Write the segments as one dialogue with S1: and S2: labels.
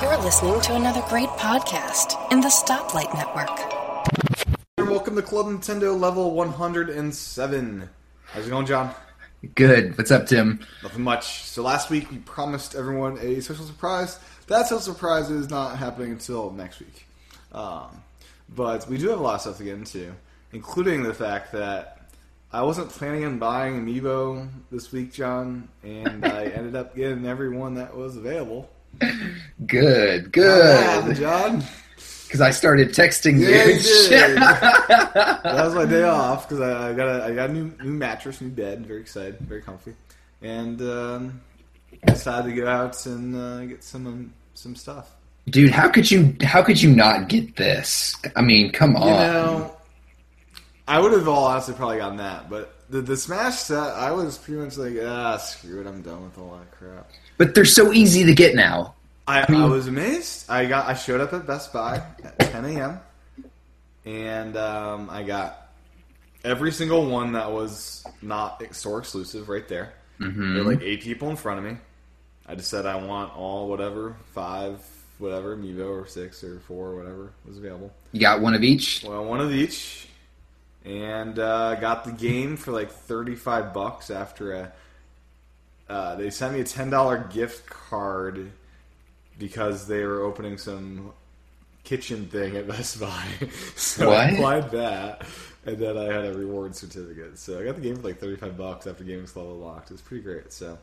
S1: You're listening to another great podcast in the Stoplight Network.
S2: And welcome to Club Nintendo level 107. How's it going, John?
S3: Good. What's up, Tim?
S2: Nothing much. So last week we promised everyone a social surprise. That social surprise is not happening until next week. Um, but we do have a lot of stuff to get into, including the fact that I wasn't planning on buying Amiibo this week, John, and I ended up getting every one that was available.
S3: Good.
S2: Yeah,
S3: Good.
S2: John.
S3: Because I started texting
S2: Yeah, you did.
S3: you.
S2: that was my day off because I, I got a, I got a new, new mattress, new bed. Very excited, very comfy, and um, decided to go out and uh, get some um, some stuff.
S3: Dude, how could you? How could you not get this? I mean, come on.
S2: You know, I would have all honestly probably gotten that, but the the Smash set, I was pretty much like, ah, screw it, I'm done with all that crap.
S3: But they're so easy to get now.
S2: I, I was amazed. I got I showed up at Best Buy at 10 a.m. and um, I got every single one that was not store exclusive right there. There were like eight people in front of me. I just said I want all whatever five whatever Mevo or six or four or whatever was available.
S3: You got one of each.
S2: Well, one of each, and uh, got the game for like thirty-five bucks. After a, uh, they sent me a ten-dollar gift card because they were opening some kitchen thing at Best Buy. so I
S3: What?
S2: applied that, and then I had a reward certificate. So I got the game for like thirty-five bucks after Gaming Club unlocked. It was pretty great. So.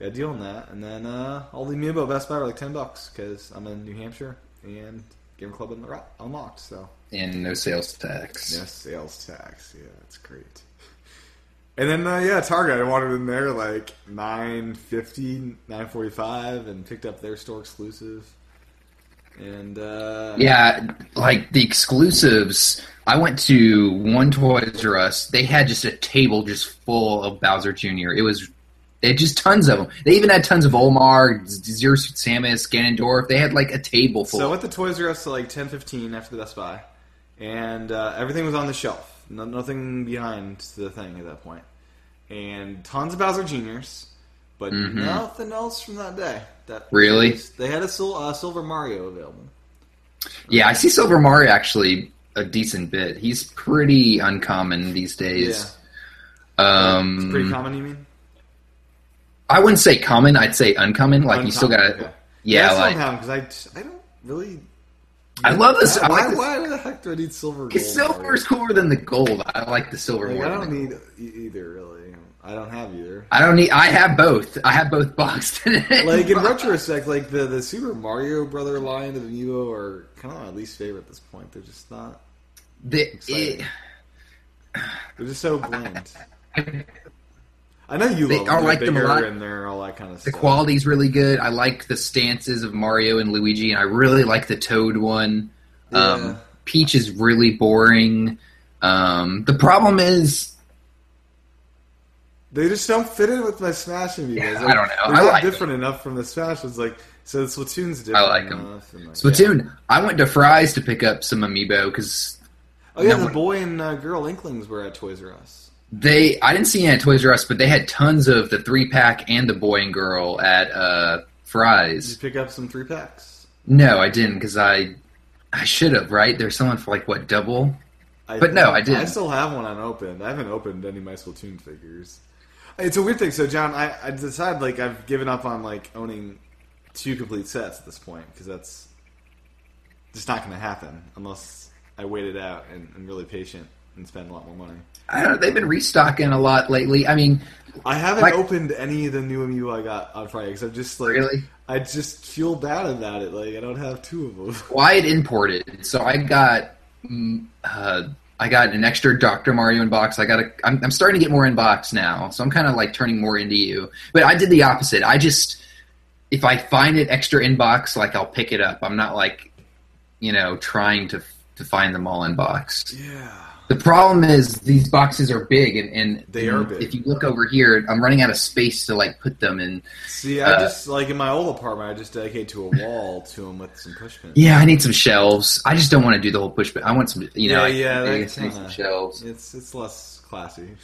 S2: Got a deal on that, and then uh, all the amiibo at Best Buy were like ten bucks because I'm in New Hampshire and Game Club unro- unlocked. So
S3: And no sales tax.
S2: no sales tax. Yeah, that's great. And then uh, yeah, Target. I wanted in there like 950, 945 and picked up their store exclusive. And uh,
S3: Yeah, like the exclusives. I went to one Toys R Us. They had just a table just full of Bowser Jr. It was they had just tons of them. They even had tons of Olmar, Z- Zero Suit Samus, Ganondorf. They had like a table full.
S2: so I went to Toys R Us to like ten fifteen after the Best Buy, and uh, everything was on the shelf. No, nothing behind the thing at that point, and tons of Bowser Juniors, but nothing else from that day. That
S3: Mm-hmm. Really?
S2: they had a sil- uh, Silver Mario available.
S3: yeah, I see Silver Mario actually a decent bit. He's pretty uncommon these days. Um,
S2: It's pretty common, you mean?
S3: I wouldn't say common. I'd say uncommon. Like you still got
S2: Uncommon,
S3: to.
S2: okay.
S3: Yeah,
S2: That's
S3: like
S2: uncommon, 'cause I just- I don't really.
S3: I love this. I
S2: why,
S3: like this.
S2: why the heck do I need silver? Gold
S3: Because silver is cooler than the gold. I like the silver
S2: Like,
S3: more.
S2: I
S3: than the
S2: don't
S3: gold.
S2: need e- either really. I don't have either.
S3: I don't need. I have both. I have both boxed.
S2: Like in retrospect, like the the Super Mario Brother line of Amiibo are kind of my least favorite at this point. They're just not.
S3: The-
S2: Exciting.
S3: it-
S2: They're just so bland. I know you
S3: They
S2: love
S3: are
S2: them.
S3: like
S2: they're
S3: them a
S2: bigger
S3: lot.
S2: and they're all that kind of
S3: the
S2: stuff.
S3: quality's really good. I like the stances of Mario and Luigi, and I really like the Toad one.
S2: Yeah.
S3: Um, Peach is really boring. Um, the problem is,
S2: They just don't fit in with my Smash Amiibos.
S3: Yeah,
S2: Like,
S3: I don't know.
S2: They're
S3: I
S2: not
S3: like
S2: different enough from the Smash. It's like so. Splatoon's different.
S3: I like 'em.
S2: enough and, like, yeah.
S3: Splatoon. I went to Fry's to pick up some amiibo because
S2: Oh yeah,
S3: No
S2: the
S3: one-
S2: boy and uh, girl Inklings were at Toys R Us.
S3: they. I didn't see any at Toys R Us, but they had tons of the three pack and the boy and girl at uh, Fry's.
S2: Did you pick up some three packs?
S3: No, I didn't because I I should have. Right? There's someone for like what double?
S2: I
S3: But no, I didn't.
S2: I still have one unopened. I haven't opened any of my Splatoon figures. It's a weird thing. So John, I, I decided like I've given up on like owning two complete sets at this point because that's just not going to happen unless I wait it out and, and really patient and spend a lot more money.
S3: I don't know. They've been restocking a lot lately. I mean,
S2: I haven't
S3: Like-
S2: opened any of the new amiibo I got on Friday because I'm just like
S3: Really?
S2: I just feel bad about it. Like I don't have two of them.
S3: Wyatt imported, so I got mm, uh, I got an extra Doctor Mario in box. I got a. I'm, I'm starting to get more in box now, so I'm kind of like turning more into you. But I did the opposite. I just if I find an extra inbox, like I'll pick it up. I'm not like you know trying to to find them all in box.
S2: Yeah.
S3: The problem is these boxes are big, and, and
S2: They are big.
S3: If you look over here, I'm running out of space to like put them in.
S2: See, I
S3: Uh,
S2: just like in my old apartment, I just dedicate to a wall to them with some pushpins.
S3: Yeah, I need some shelves. I just don't want to do the whole push. But I want some, you know, I-
S2: yeah,
S3: I,
S2: that
S3: just need some
S2: kinda-
S3: shelves.
S2: It's it's less classy. It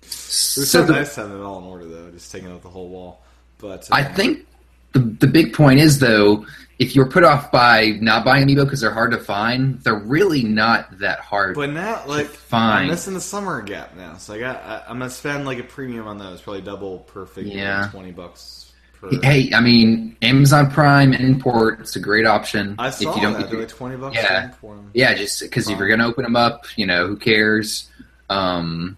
S2: was
S3: So
S2: so,
S3: the,
S2: nice having it all in order though, just taking out the whole wall. But uh,
S3: I think the the big point is though if you're put off by not buying amiibo because they're hard to find, they're really not that hard.
S2: But now, like,
S3: Fine.
S2: I'm missing the summer gap now, so I got. I, I'm gonna spend like a premium on those, probably double per figure,
S3: Yeah.
S2: twenty bucks per.
S3: hey, I mean, Amazon Prime import, it's a great option.
S2: I saw
S3: if you don't,
S2: that
S3: if you-
S2: they're like twenty bucks
S3: Yeah.
S2: for them.
S3: yeah, just because if you're gonna open them up, you know, who cares? Um,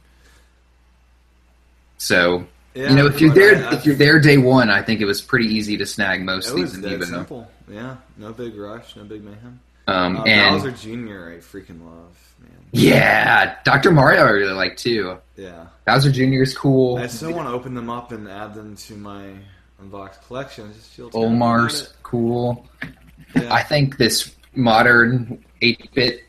S3: so
S2: Yeah,
S3: you know, if you're
S2: but
S3: there,
S2: I- I-
S3: if you're there day one, I think it was pretty easy to snag most
S2: it
S3: of these
S2: was that
S3: amiibo.
S2: simple. Yeah, no big rush, no big mayhem.
S3: Um,
S2: Uh,
S3: and
S2: Bowser Jr. I freaking love, man.
S3: yeah, Dr. Mario, I really like too.
S2: Yeah,
S3: Bowser Jr. is cool.
S2: I still want to open them up and add them to my unboxed collection. I just feel terrible about
S3: Olmar's cool.
S2: it. Yeah.
S3: I think this modern 8-bit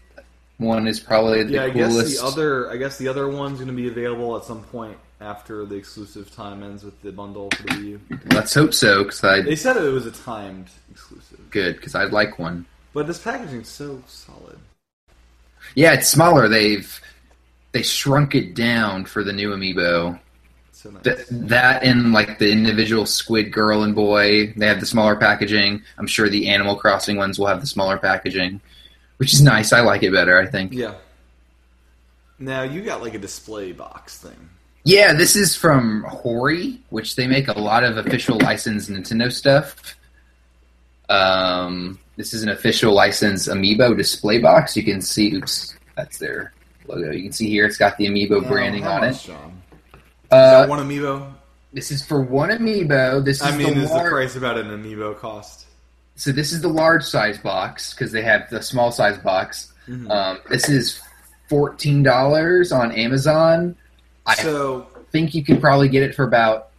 S3: one is probably the
S2: yeah, I
S3: coolest.
S2: guess the other I guess the other one's going to be available at some point after the exclusive time ends with the bundle for the Wii U.
S3: Let's hope so, because I
S2: They said it was a timed exclusive,
S3: good because I'd like one.
S2: but this packaging's so solid.
S3: Yeah, it's smaller. They've they shrunk it down for the new amiibo.
S2: So nice.
S3: Th- that and like the individual squid girl and boy, they have the smaller packaging. I'm sure the Animal Crossing ones will have the smaller packaging, which is nice. I like it better. I think.
S2: yeah. Now you got like a display box thing.
S3: Yeah, this is from Hori, which they make a lot of official licensed Nintendo stuff. Um, this is an official licensed Amiibo display box. You can see, oops, that's their logo. You can see here it's got the
S2: Oh,
S3: Amiibo branding
S2: Now, how
S3: on
S2: much,
S3: it.
S2: Sean? Is that
S3: Uh,
S2: one amiibo.
S3: this is for one Amiibo. This is
S2: I mean,
S3: the
S2: is the
S3: lar-
S2: price about an amiibo cost?
S3: so this is the large size box because they have the small size box.
S2: Mm-hmm.
S3: Um, this is fourteen dollars on Amazon. I
S2: so,
S3: think you could probably get it for about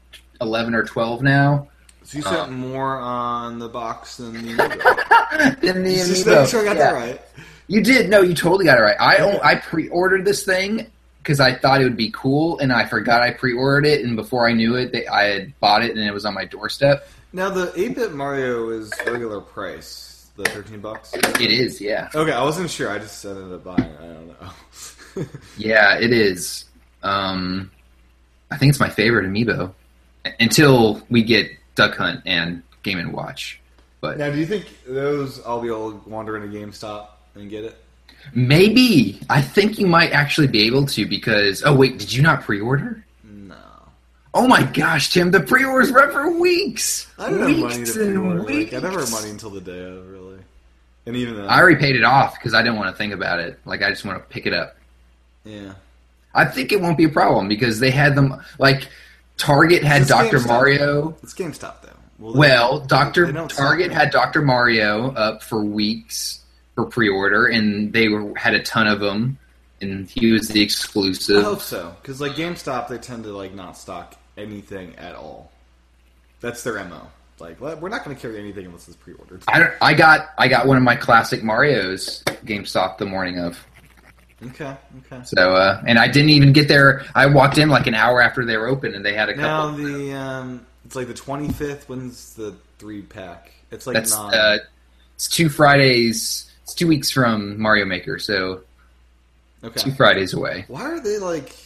S3: eleven or twelve now.
S2: so you
S3: Uh.
S2: spent more on the box than the amiibo.
S3: Than the
S2: Just
S3: Amiibo.
S2: make sure I got that
S3: Yeah.
S2: right.
S3: You did. No, you totally got it right. I o- I pre-ordered this thing because I thought it would be cool, and I forgot I pre-ordered it, and before I knew it, they, I had bought it, and it was on my doorstep.
S2: Now the 8-bit Mario is regular price, the 13 bucks.
S3: It is, yeah,
S2: Okay, I wasn't sure. I just ended up buying. it. I don't know.
S3: yeah, it is. Um, I think it's my favorite amiibo until we get Duck Hunt and Game and Watch. But
S2: now, do you think those I'll be able to wander into GameStop and get it?
S3: maybe I think you might actually be able to because oh wait, did you not pre-order?
S2: No.
S3: Oh my gosh, Tim, the pre-orders run for weeks,
S2: I don't have
S3: weeks
S2: money to
S3: and
S2: pre-order. Like, I
S3: weeks.
S2: never have money until the day of, really. And even then,
S3: I already paid it off because I didn't want to think about it. Like I just want to pick it up.
S2: yeah.
S3: I think it won't be a problem because they had them like Target had
S2: It's
S3: Doctor
S2: GameStop.
S3: Mario.
S2: It's GameStop though. they-
S3: Well,
S2: they
S3: Doctor
S2: don't sell
S3: Target
S2: it.
S3: had Doctor Mario up for weeks for pre-order, and they were, had a ton of them, and he was the
S2: I
S3: exclusive.
S2: hope so, because like GameStop, they tend to like not stock anything at all. That's their mo. Like, well, we're not going to carry anything unless it's pre-ordered.
S3: I, don't- I got I got one of my classic Mario's GameStop the morning of.
S2: Okay, okay.
S3: So uh, and I didn't even get there. I walked in like an hour after they were open, and they had a couple.
S2: Now the um, it's like the twenty fifth. When's the three pack? It's like
S3: That's
S2: nine.
S3: uh, it's two Fridays. It's two weeks from Mario Maker, so two
S2: okay.
S3: Fridays away.
S2: Why are they like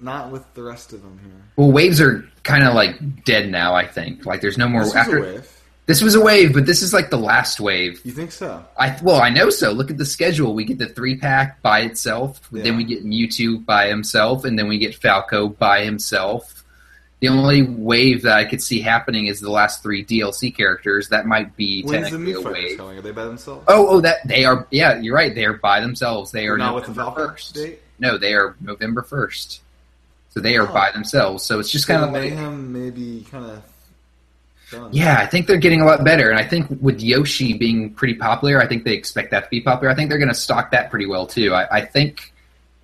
S2: not with the rest of them here?
S3: Well, waves are kind of like dead now. I think like there's no more
S2: This was
S3: after
S2: a whiff.
S3: this was a wave, but this is like the last wave.
S2: You think so?
S3: I well, I know so. Look at the schedule. We get the three pack by itself,
S2: Yeah.
S3: then we get Mewtwo by himself, and then we get Falco by himself. The only wave that I could see happening is the last three DLC characters. That might be
S2: When's the
S3: technically
S2: Meat
S3: a
S2: Fighters
S3: wave.
S2: coming? Are they by themselves?
S3: Oh, oh, that they are. Yeah, you're right. They are by themselves. They
S2: They're
S3: are
S2: not with the
S3: November
S2: Falcon
S3: first.
S2: date.
S3: No, they are November first. So they are
S2: Oh.
S3: by themselves. So it's just kind of like,
S2: mayhem, maybe kind of. Done.
S3: yeah, I think they're getting a lot better. And I think with Yoshi being pretty popular, I think they expect that to be popular. I think they're going to stock that pretty well too. I, I think,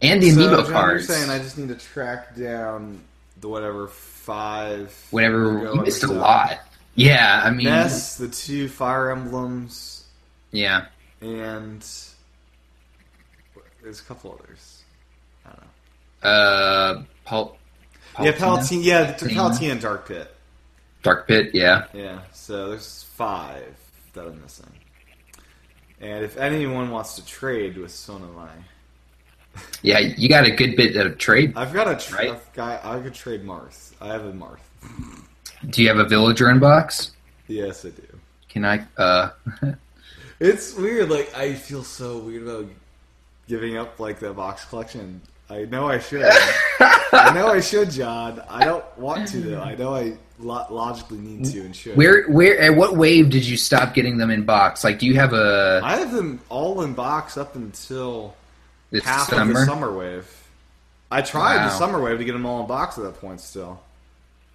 S3: and the
S2: so,
S3: amiibo
S2: John,
S3: cards.
S2: You're saying I just need to track down the whatever five.
S3: whatever
S2: Go
S3: you missed a
S2: and, uh,
S3: lot. Yeah, I mean,
S2: Ness, the two fire emblems,
S3: yeah.
S2: and there's a couple others.
S3: Uh, Pal-
S2: yeah,
S3: Palutena?
S2: Palatine. Yeah, the
S3: Palutena.
S2: Palatine and Dark Pit.
S3: Dark Pit. Yeah,
S2: Yeah, so there's five that I'm missing. And if anyone wants to trade with Sonomai,
S3: yeah. You got a good bit of trade.
S2: I've got a tra-
S3: Right.
S2: I've got, I could trade Marth. I have a Marth.
S3: Do you have a villager in box?
S2: Yes, I do.
S3: Can I? Uh,
S2: It's weird. Like I feel so weird about giving up like the box collection. I know I should. I know I should, John. I don't want to though. I know I lo- logically need to and should.
S3: where? Where? At what wave did you stop getting them in box? Like, do you have a
S2: I have them all in box up until
S3: this
S2: half of
S3: summer?
S2: the summer wave. I tried the
S3: Wow.
S2: summer wave to get them all in box at that point still.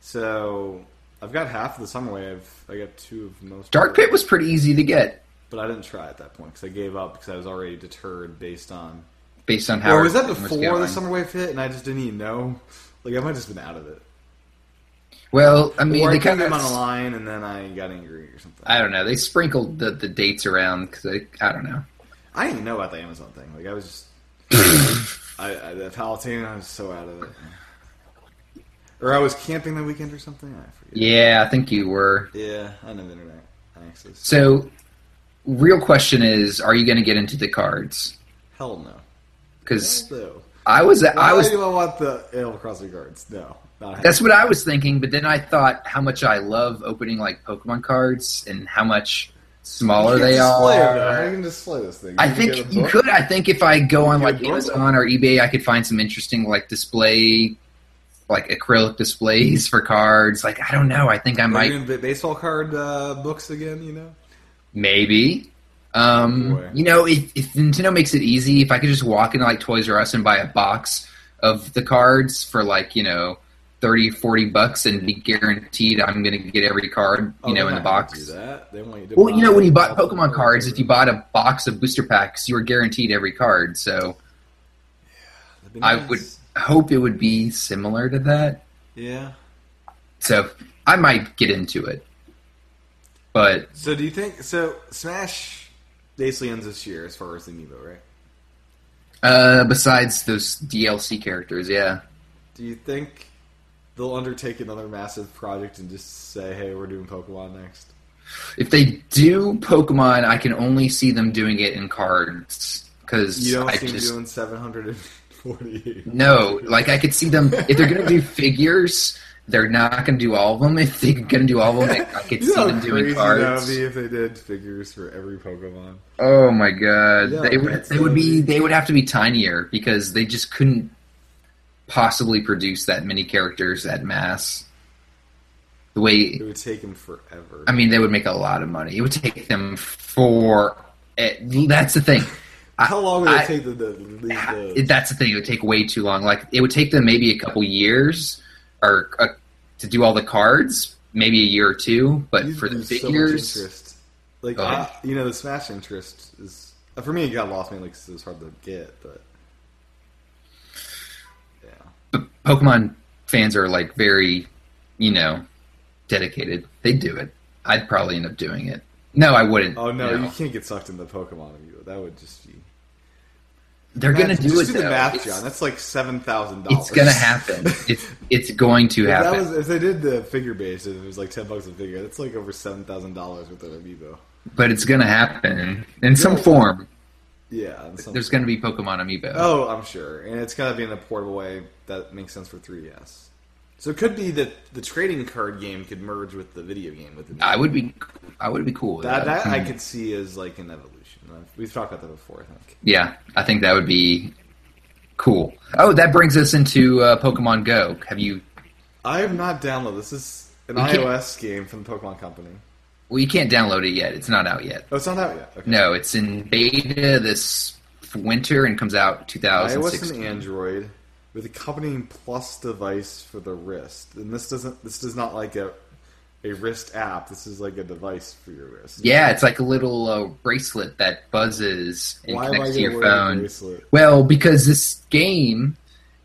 S2: So I've got half of the summer wave. I got two of most.
S3: Dark Pit was pretty easy to get
S2: but I didn't try at that point because I gave up because I was already deterred based on
S3: based on how.
S2: Or was that
S3: everything
S2: before the
S3: going.
S2: summer wave hit and I just didn't even know? Like I might have just been out of it.
S3: Well, I mean,
S2: or I
S3: they
S2: put
S3: kind
S2: them
S3: of.
S2: on a line and then I got angry or something. I,
S3: I don't know. They sprinkled the, the dates around because I, I don't know.
S2: didn't even know about the Amazon thing. Like I was just, I, I the Palatine. I was so out of it. Or I was camping that weekend or something. I forget.
S3: Yeah, I think you were.
S2: Yeah, I didn't have the internet access.
S3: So, real question is, are you going to get into the cards?
S2: Hell no.
S3: Because
S2: Hell no.
S3: I was,
S2: Why
S3: I was.
S2: do I want the Animal Crossing cards? No, not happening.
S3: That's what I was thinking, but then I thought how much I love opening like Pokemon cards and how much smaller
S2: You can
S3: they
S2: display it,
S3: are.
S2: though. How you can display this thing?
S3: I
S2: can get
S3: think
S2: a
S3: you
S2: book?
S3: could. I think if I go on
S2: get a
S3: like
S2: book.
S3: Amazon or eBay, I could find some interesting like display, like acrylic displays for cards. Like I don't know. I think I
S2: Are you
S3: might
S2: doing ba- baseball card uh, books again. You know.
S3: Maybe. Um,
S2: Boy.
S3: you know, if, if Nintendo makes it easy, if I could just walk into like Toys R Us and buy a box of the cards for like, you know, 30, 40 bucks and be guaranteed I'm going to get every card, you
S2: Oh,
S3: know,
S2: they're
S3: in the
S2: not gonna do
S3: box.
S2: that. They want you to
S3: Well, you know, when you bought
S2: buy-
S3: Pokemon cards, if you bought a box of booster packs, you were guaranteed every card. So
S2: That'd be
S3: I
S2: nice.
S3: would hope it would be similar to that.
S2: Yeah.
S3: So I might get into it. But
S2: So do you think so? Smash basically ends this year as far as the amiibo, right?
S3: uh, besides those DLC characters, yeah.
S2: Do you think they'll undertake another massive project and just say, "Hey, we're doing Pokemon next"?
S3: If they do Pokemon, I can only see them doing it in cards because
S2: You don't
S3: I
S2: seem
S3: just
S2: to doing seven hundred and forty.
S3: no. Like I could see them if they're going to do figures, they're not going to do all of them. If they're going to do all of them, I could see them doing
S2: That
S3: cards.
S2: would be if they did figures for every Pokemon.
S3: Oh my god,
S2: Yeah,
S3: they would
S2: that's
S3: they would be
S2: crazy.
S3: they would have to be tinier because they just couldn't possibly produce that many characters at mass. The way
S2: It would take them forever.
S3: I mean, they would make a lot of money. It would take them for. It, that's the thing. I-
S2: How long would it
S3: I-
S2: take them to leave the?
S3: it- that's the thing. It would take way too long. Like it would take them maybe a couple years or uh, to do all the cards, maybe a year or two. But
S2: You
S3: for the
S2: lose so much
S3: figures,
S2: interest. like
S3: Go
S2: I,
S3: ahead.
S2: you know, the Smash interest is uh, for me. It got lost mainly because it was hard to get, but yeah,
S3: but Pokemon fans are like very, you know, dedicated. They do it. I'd probably end up doing it. No, I wouldn't.
S2: oh no, you can't get sucked into Pokemon amiibo. That would just be
S3: they're gonna
S2: Math-
S3: do
S2: just
S3: it.
S2: Do the
S3: though.
S2: math,
S3: it's,
S2: John. That's like seven thousand dollars.
S3: it's gonna happen. It's it's going to
S2: If
S3: happen.
S2: that was if they did the figure based, if it was like ten bucks a figure, that's like over seven thousand dollars worth of amiibo.
S3: but it's gonna happen in some form.
S2: Yeah, and some-
S3: There's gonna be Pokemon Amiibo.
S2: Oh, I'm sure, and it's gotta be in a portable way that makes sense for 3ds. So it could be that the trading card game could merge with the video game with the E
S3: I would be, I would be cool. With Hmm.
S2: that, that I could see as like an evolution. I've- We've talked about that before, I think.
S3: Yeah, I think that would be cool. Oh, that brings us into uh, Pokemon Go. Have you?
S2: I have not downloaded. This is an
S3: We can't-
S2: iOS game from the Pokemon Company.
S3: Well, you can't download it yet. It's not out yet.
S2: Oh, it's not out yet. Okay.
S3: No, it's in beta this winter and comes out
S2: iOS
S3: 2016.
S2: and Android with accompanying Plus device for the wrist. And this doesn't. This is not like a a wrist app. This is like a device for your wrist.
S3: Yeah, it's like a little uh, bracelet that buzzes and
S2: Why am I
S3: connects to
S2: gonna
S3: your
S2: wear a
S3: phone.
S2: bracelet?
S3: Well, because this game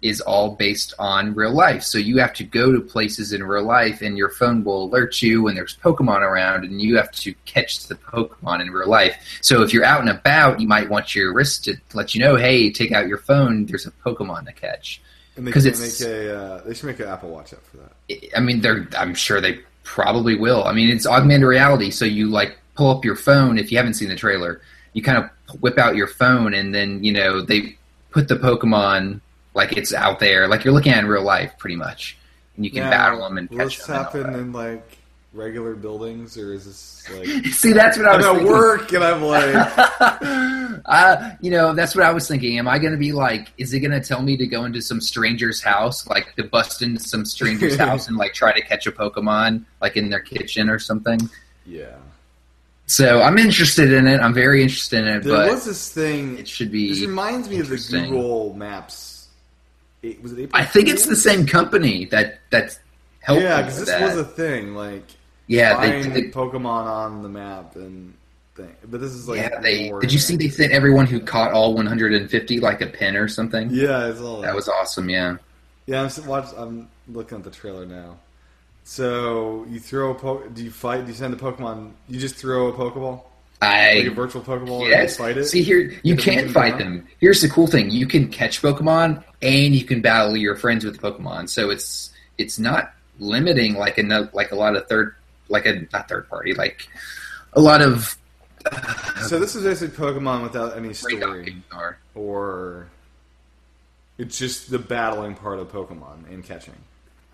S3: is all based on real life. So you have to go to places in real life and your phone will alert you when there's Pokemon around and you have to catch the Pokemon in real life. So if you're out and about, you might want your wrist to let you know, hey, take out your phone, there's a Pokemon to catch.
S2: And they
S3: 'Cause
S2: should
S3: it's-
S2: make a. Uh, they should make an Apple Watch app for that.
S3: I mean, they're. I'm sure they probably will. I mean, it's augmented reality, so you like pull up your phone if you haven't seen the trailer. You kind of whip out your phone, and then you know they put the Pokemon like it's out there, like you're looking at in real life, pretty much. And you can
S2: Yeah,
S3: battle them and
S2: will
S3: catch
S2: this
S3: them. and all
S2: happen
S3: that.
S2: in like regular buildings, or is this like
S3: See, that's what I
S2: I'm
S3: was
S2: at
S3: thinking.
S2: work and I'm like,
S3: uh, you know, that's what I was thinking. Am I going to be like, is it going to tell me to go into some stranger's house, like to bust into some stranger's house and like try to catch a Pokemon, like in their kitchen or something?
S2: yeah.
S3: So I'm interested in it. I'm very interested in it,
S2: There
S3: but
S2: was this thing.
S3: it should be
S2: This reminds me of the
S3: interesting.
S2: Google Maps. It, was it April?
S3: I think it's the same company that that's helped.
S2: Yeah,
S3: with
S2: because this
S3: that.
S2: was a thing. Like
S3: yeah. They,
S2: find
S3: they-
S2: Pokemon on the map and thing. But this is like
S3: yeah, they
S2: more
S3: did you see they sent everyone who caught all 150 like a pin or something?
S2: Yeah, it's all
S3: That was awesome. Yeah,
S2: Yeah, I'm s- watch, I'm looking at the trailer now. So you throw a po- do you fight? Do you send a Pokemon? You just throw a Pokeball, like a
S3: I
S2: virtual Pokeball, and you
S3: yes.
S2: fight it.
S3: See here, you
S2: Get the
S3: can
S2: Pokemon
S3: fight
S2: out.
S3: them. Here's the cool thing: you can catch Pokemon and you can battle your friends with Pokemon. So it's it's not limiting like a no- like a lot of third like a not third party like a lot of
S2: So this is basically Pokemon without any
S3: Radon
S2: story
S3: games are.
S2: or it's just the battling part of Pokemon and catching.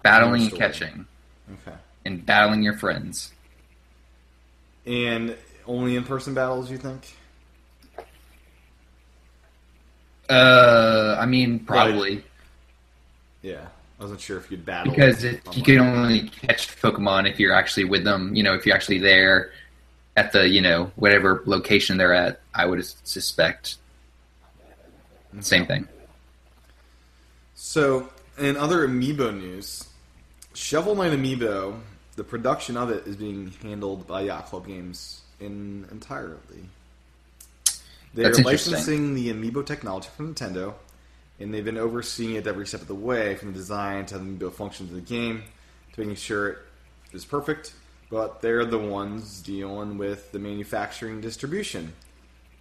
S3: battling and
S2: story.
S3: catching
S2: Okay,
S3: and battling your friends.
S2: and only in person battles. You think?
S3: Uh, I mean, probably
S2: Yeah, I wasn't sure if you'd battle
S3: because if you
S2: online.
S3: can only catch Pokemon if you're actually with them. You know, if you're actually there at the you know whatever location they're at, I would suspect.
S2: Mm-hmm.
S3: Same thing.
S2: So, in other amiibo news, Shovel Knight Amiibo, the production of it is being handled by Yacht Club Games in entirely. They
S3: That's
S2: are
S3: interesting.
S2: licensing the amiibo technology from Nintendo, and they've been overseeing it every step of the way, from the design to how the amiibo functions in the game, to making sure it is perfect. But they're the ones dealing with the manufacturing and distribution.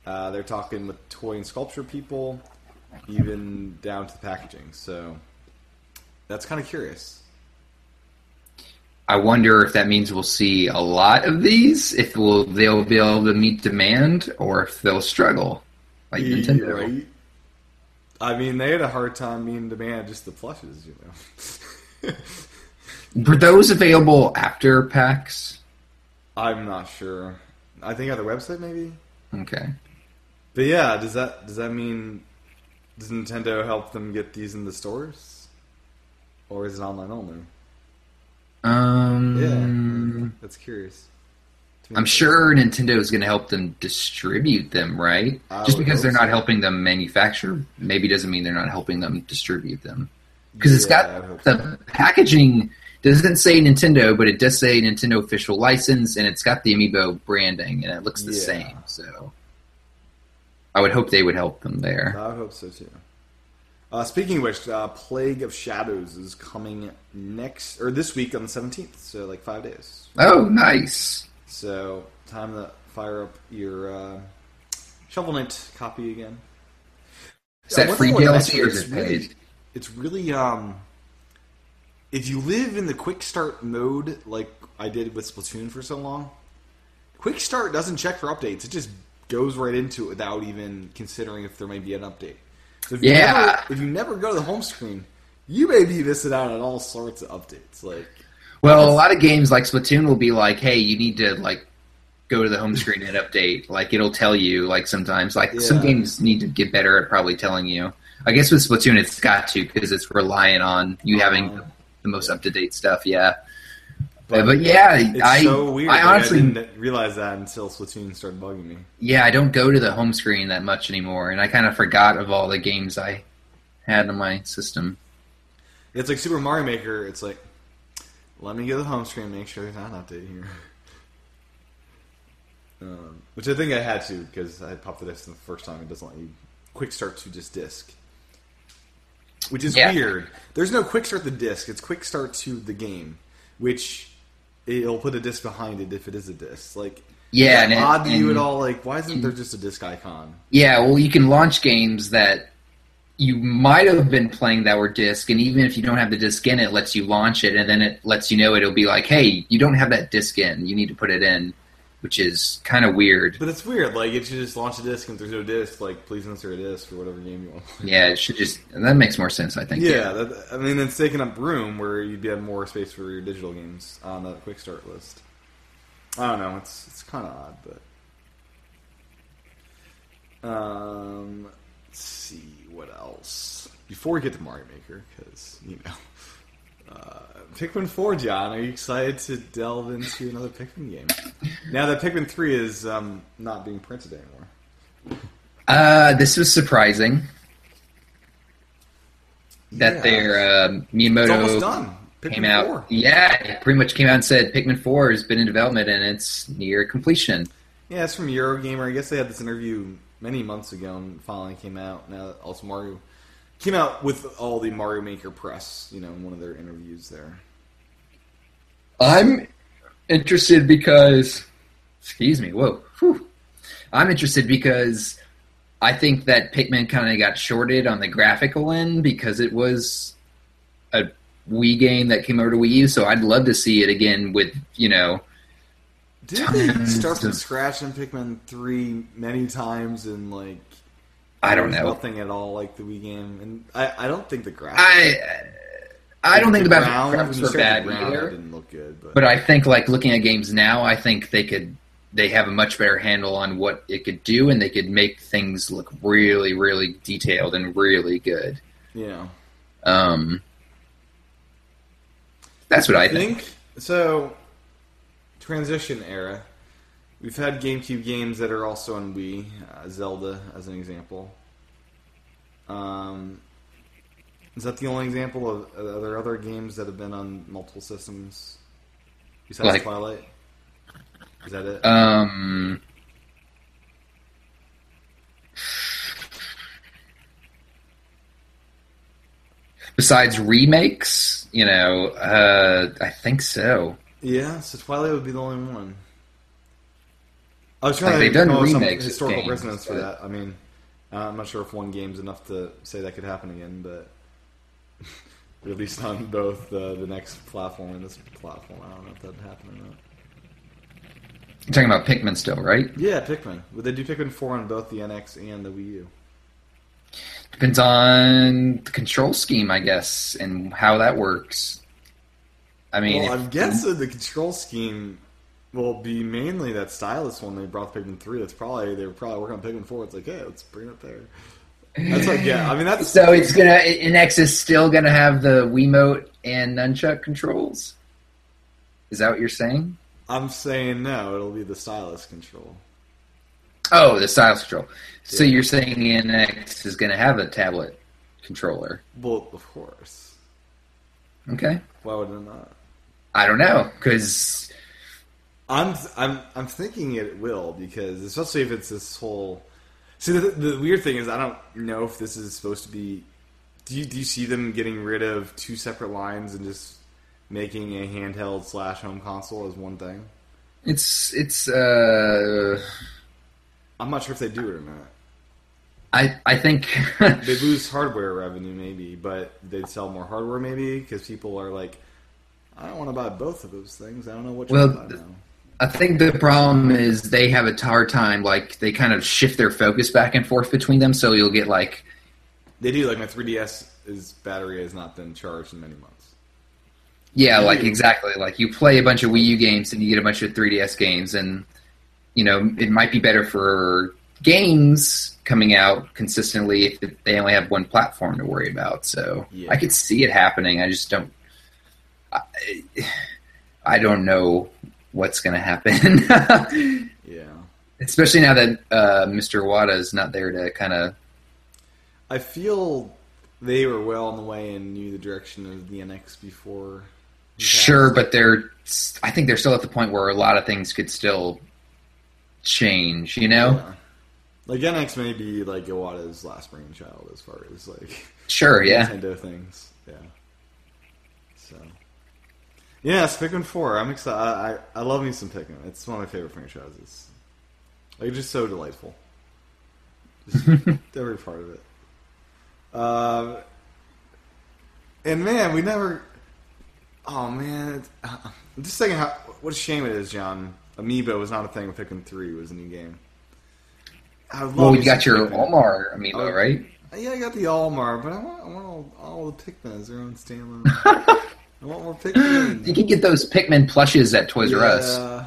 S2: Uh, they're talking with toy and sculpture people, even down to the packaging. So that's kind of curious.
S3: I wonder if that means we'll see a lot of these. If we'll, they'll be able to meet demand, or if they'll struggle, like Nintendo.
S2: Right? I mean, they had a hard time meeting demand just the plushes, you know.
S3: Were those available after packs?
S2: I'm not sure. I think on their website maybe.
S3: Okay.
S2: But yeah, does that does that mean does Nintendo help them get these in the stores, or is it online only?
S3: Um,
S2: Yeah, that's curious. To me,
S3: I'm sure Nintendo is going to help them distribute them, right?
S2: I
S3: Just
S2: would
S3: because they're
S2: hope
S3: not
S2: so.
S3: helping them manufacture, maybe doesn't mean they're not helping them distribute them. Because it's
S2: Yeah, I
S3: got
S2: hope
S3: the packaging doesn't say Nintendo, but it does say Nintendo official license, and it's got the Amiibo branding, and it looks the
S2: Yeah.
S3: same. So I would hope they would help them there.
S2: I would hope so too. Uh, speaking of which, uh, Plague of Shadows is coming next or this week on the 17th, so like five days.
S3: Oh, nice.
S2: So time to fire up your uh, Shovel Knight copy again.
S3: Is that
S2: One
S3: free
S2: thing I wanna
S3: DLC or
S2: mention,
S3: is
S2: it's
S3: it
S2: really-
S3: paid?
S2: It's really um, if you live in the quick start mode like I did with Splatoon for so long, quick start doesn't check for updates. It just goes right into it without even considering if there may be an update. So if you
S3: Yeah.
S2: never, if you never go to the home screen, you may be missing out on all sorts of updates. Like
S3: Well, a lot of games like Splatoon will be like, "Hey, you need to like go to the home screen and update." Like it'll tell you. Like sometimes, like some
S2: Yeah.
S3: games need to get better at probably telling you. I guess with Splatoon, it's got to because it's relying on
S2: Uh-huh.
S3: you having the, the most up to date stuff. Yeah, but, but yeah,
S2: it's
S3: I
S2: so weird.
S3: I
S2: like,
S3: honestly,
S2: I didn't realize that until Splatoon started bugging me.
S3: yeah, I don't go to the home screen that much anymore, and I kind of forgot of all the games I had on my system.
S2: It's like Super Mario Maker. It's like, let me go to the home screen, and make sure there's not an update here. Um, which I think I had to because I popped the disc the first time. It doesn't let you quick start to just disc, which is
S3: Yeah.
S2: weird. There's no quick start to disc. It's quick start to the game, which it'll put a disc behind it if it is a disc. Like,
S3: Yeah,
S2: is that
S3: and it-
S2: odd to you at
S3: and- Mm-hmm.
S2: all? Like, why isn't there just a disc icon?
S3: Yeah, well, you can launch games that you might have been playing that were disc, and even if you don't have the disc in, it lets you launch it, and then it lets you know it'll be like, hey, you don't have that disc in, you need to put it in, which is kind of weird.
S2: But it's weird. Like, if you just launch a disc and there's no disc, like, please insert a disc for whatever game you want. to play.
S3: Yeah, it should just that makes more sense, I think.
S2: Yeah, that, I mean, it's taking up room where you'd have more space for your digital games on the quick start list. I don't know. It's it's kind of odd, but um, let's see what else before we get to Mario Maker because you know. Uh, Pikmin 4, John. Are you excited to delve into another Pikmin game? Now that Pikmin 3 is um, not being printed anymore.
S3: Uh, this was surprising that
S2: Yeah.
S3: their um
S2: It's
S3: Miyamoto
S2: almost done. Pikmin
S3: came out.
S2: 4.
S3: Yeah, it pretty much came out and said Pikmin Four has been in development and it's near completion.
S2: Yeah, it's from Eurogamer. I guess they had this interview many months ago and finally came out. Now that also Mario came out with all the Mario Maker press, you know, in one of their interviews there.
S3: I'm interested because, excuse me, whoa, whew. I'm interested because I think that Pikmin kind of got shorted on the graphical end because it was a Wii game that came over to Wii U. So I'd love to see it again with you know,
S2: Did they
S3: Tons
S2: start from
S3: of-
S2: scratch in Pikmin 3 many times and, like,
S3: I don't
S2: there was
S3: know.
S2: Nothing at all like the Wii game. And I, I don't think the graphics.
S3: I I don't think the
S2: ground- when
S3: graphics
S2: you
S3: were
S2: start
S3: bad
S2: with the ground, It
S3: either.
S2: didn't look good. But,
S3: But I think like looking at games now, I think they could they have a much better handle on what it could do and they could make things look really, really detailed and really good.
S2: you know.
S3: Um That's what I think.
S2: so. Transition era. We've had GameCube games that are also on Wii, uh, Zelda as an example. Um, is that the only example of are there other games that have been on multiple systems besides
S3: Like-
S2: Twilight? Is that it?
S3: Um Besides remakes, you know, uh, I think so.
S2: yeah, so Twilight would be the only one. I was trying
S3: Like,
S2: to
S3: they've done
S2: come up with some
S3: remakes of
S2: historical
S3: games,
S2: resonance for
S3: but-
S2: that. I mean, uh, I'm not sure if one game's enough to say that could happen again, but released on both uh, the next platform and this platform, I don't know if that'd happen or not.
S3: You're talking about Pikmin still, right?
S2: Yeah, Pikmin. Would they do Pikmin 4 on both the NX and the Wii U?
S3: Depends on the control scheme, I guess, and how that works. I mean,
S2: Well,
S3: if-
S2: I'm guessing the control scheme will be mainly that stylus one they brought with Pikmin 3. That's probably they were probably working on Pikmin 4. It's like, hey, let's bring it there. That's like, yeah. I mean, that's
S3: so it's gonna NX is still gonna have the Wiimote and nunchuck controls. Is that what you're saying?
S2: I'm saying no, it'll be the stylus control.
S3: Oh, the stylus control. So you're saying NX is gonna have a tablet controller?
S2: Well, of course.
S3: Okay,
S2: Why would it not?
S3: I don't know because
S2: I'm I'm I'm thinking it will because especially if it's this whole. See, the, the weird thing is I don't know if this is supposed to be. Do you do you see them getting rid of two separate lines and just making a handheld slash home console as one thing?
S3: it's it's uh,
S2: I'm not sure if they do it or not.
S3: I I think
S2: They lose hardware revenue maybe, but they'd sell more hardware maybe because people are like, I don't want to buy both of those things. I don't know which
S3: Well,
S2: one to buy now.
S3: I think the problem is they have a hard time. Like they kind of shift their focus back and forth between them, so you'll get like
S2: They do. Like my 3DS is battery has not been charged in many months.
S3: yeah, like
S2: Hmm.
S3: exactly like you play a bunch of Wii U games and you get a bunch of 3DS games, and you know it might be better for games coming out consistently if they only have one platform to worry about. So
S2: Yeah.
S3: I could see it happening. I just don't. I, I don't know what's going to happen.
S2: Yeah,
S3: Especially now that uh, Mr. Wada is not there to kind of
S2: I feel they were well on the way and knew the direction of the NX before. he passed.
S3: Sure, but they're. I think they're still at the point where a lot of things could still change. You know,
S2: Yeah. Like NX may be like Iwata's last brainchild as far as like
S3: sure, yeah.
S2: Nintendo things. Yeah. So. Yeah, it's Pikmin Four. I'm excited. I, I I love me some Pikmin. It's one of my favorite franchises. Like, it's just so delightful. Just every part of it. Um, and man, we never. Oh man, it's, uh, just thinking how what a shame it is, John. Amiibo was not a thing with Pikmin Three. Was a new game. I love
S3: Well,
S2: me
S3: you got
S2: some
S3: your
S2: Pikmin.
S3: Walmart amiibo,
S2: Oh.
S3: right?
S2: Yeah, I got the Almar, but I want, I want all, all the Pikmin as their own standalone. I want more Pikmin.
S3: You can get those Pikmin plushes at Toys R Us.
S2: Yeah.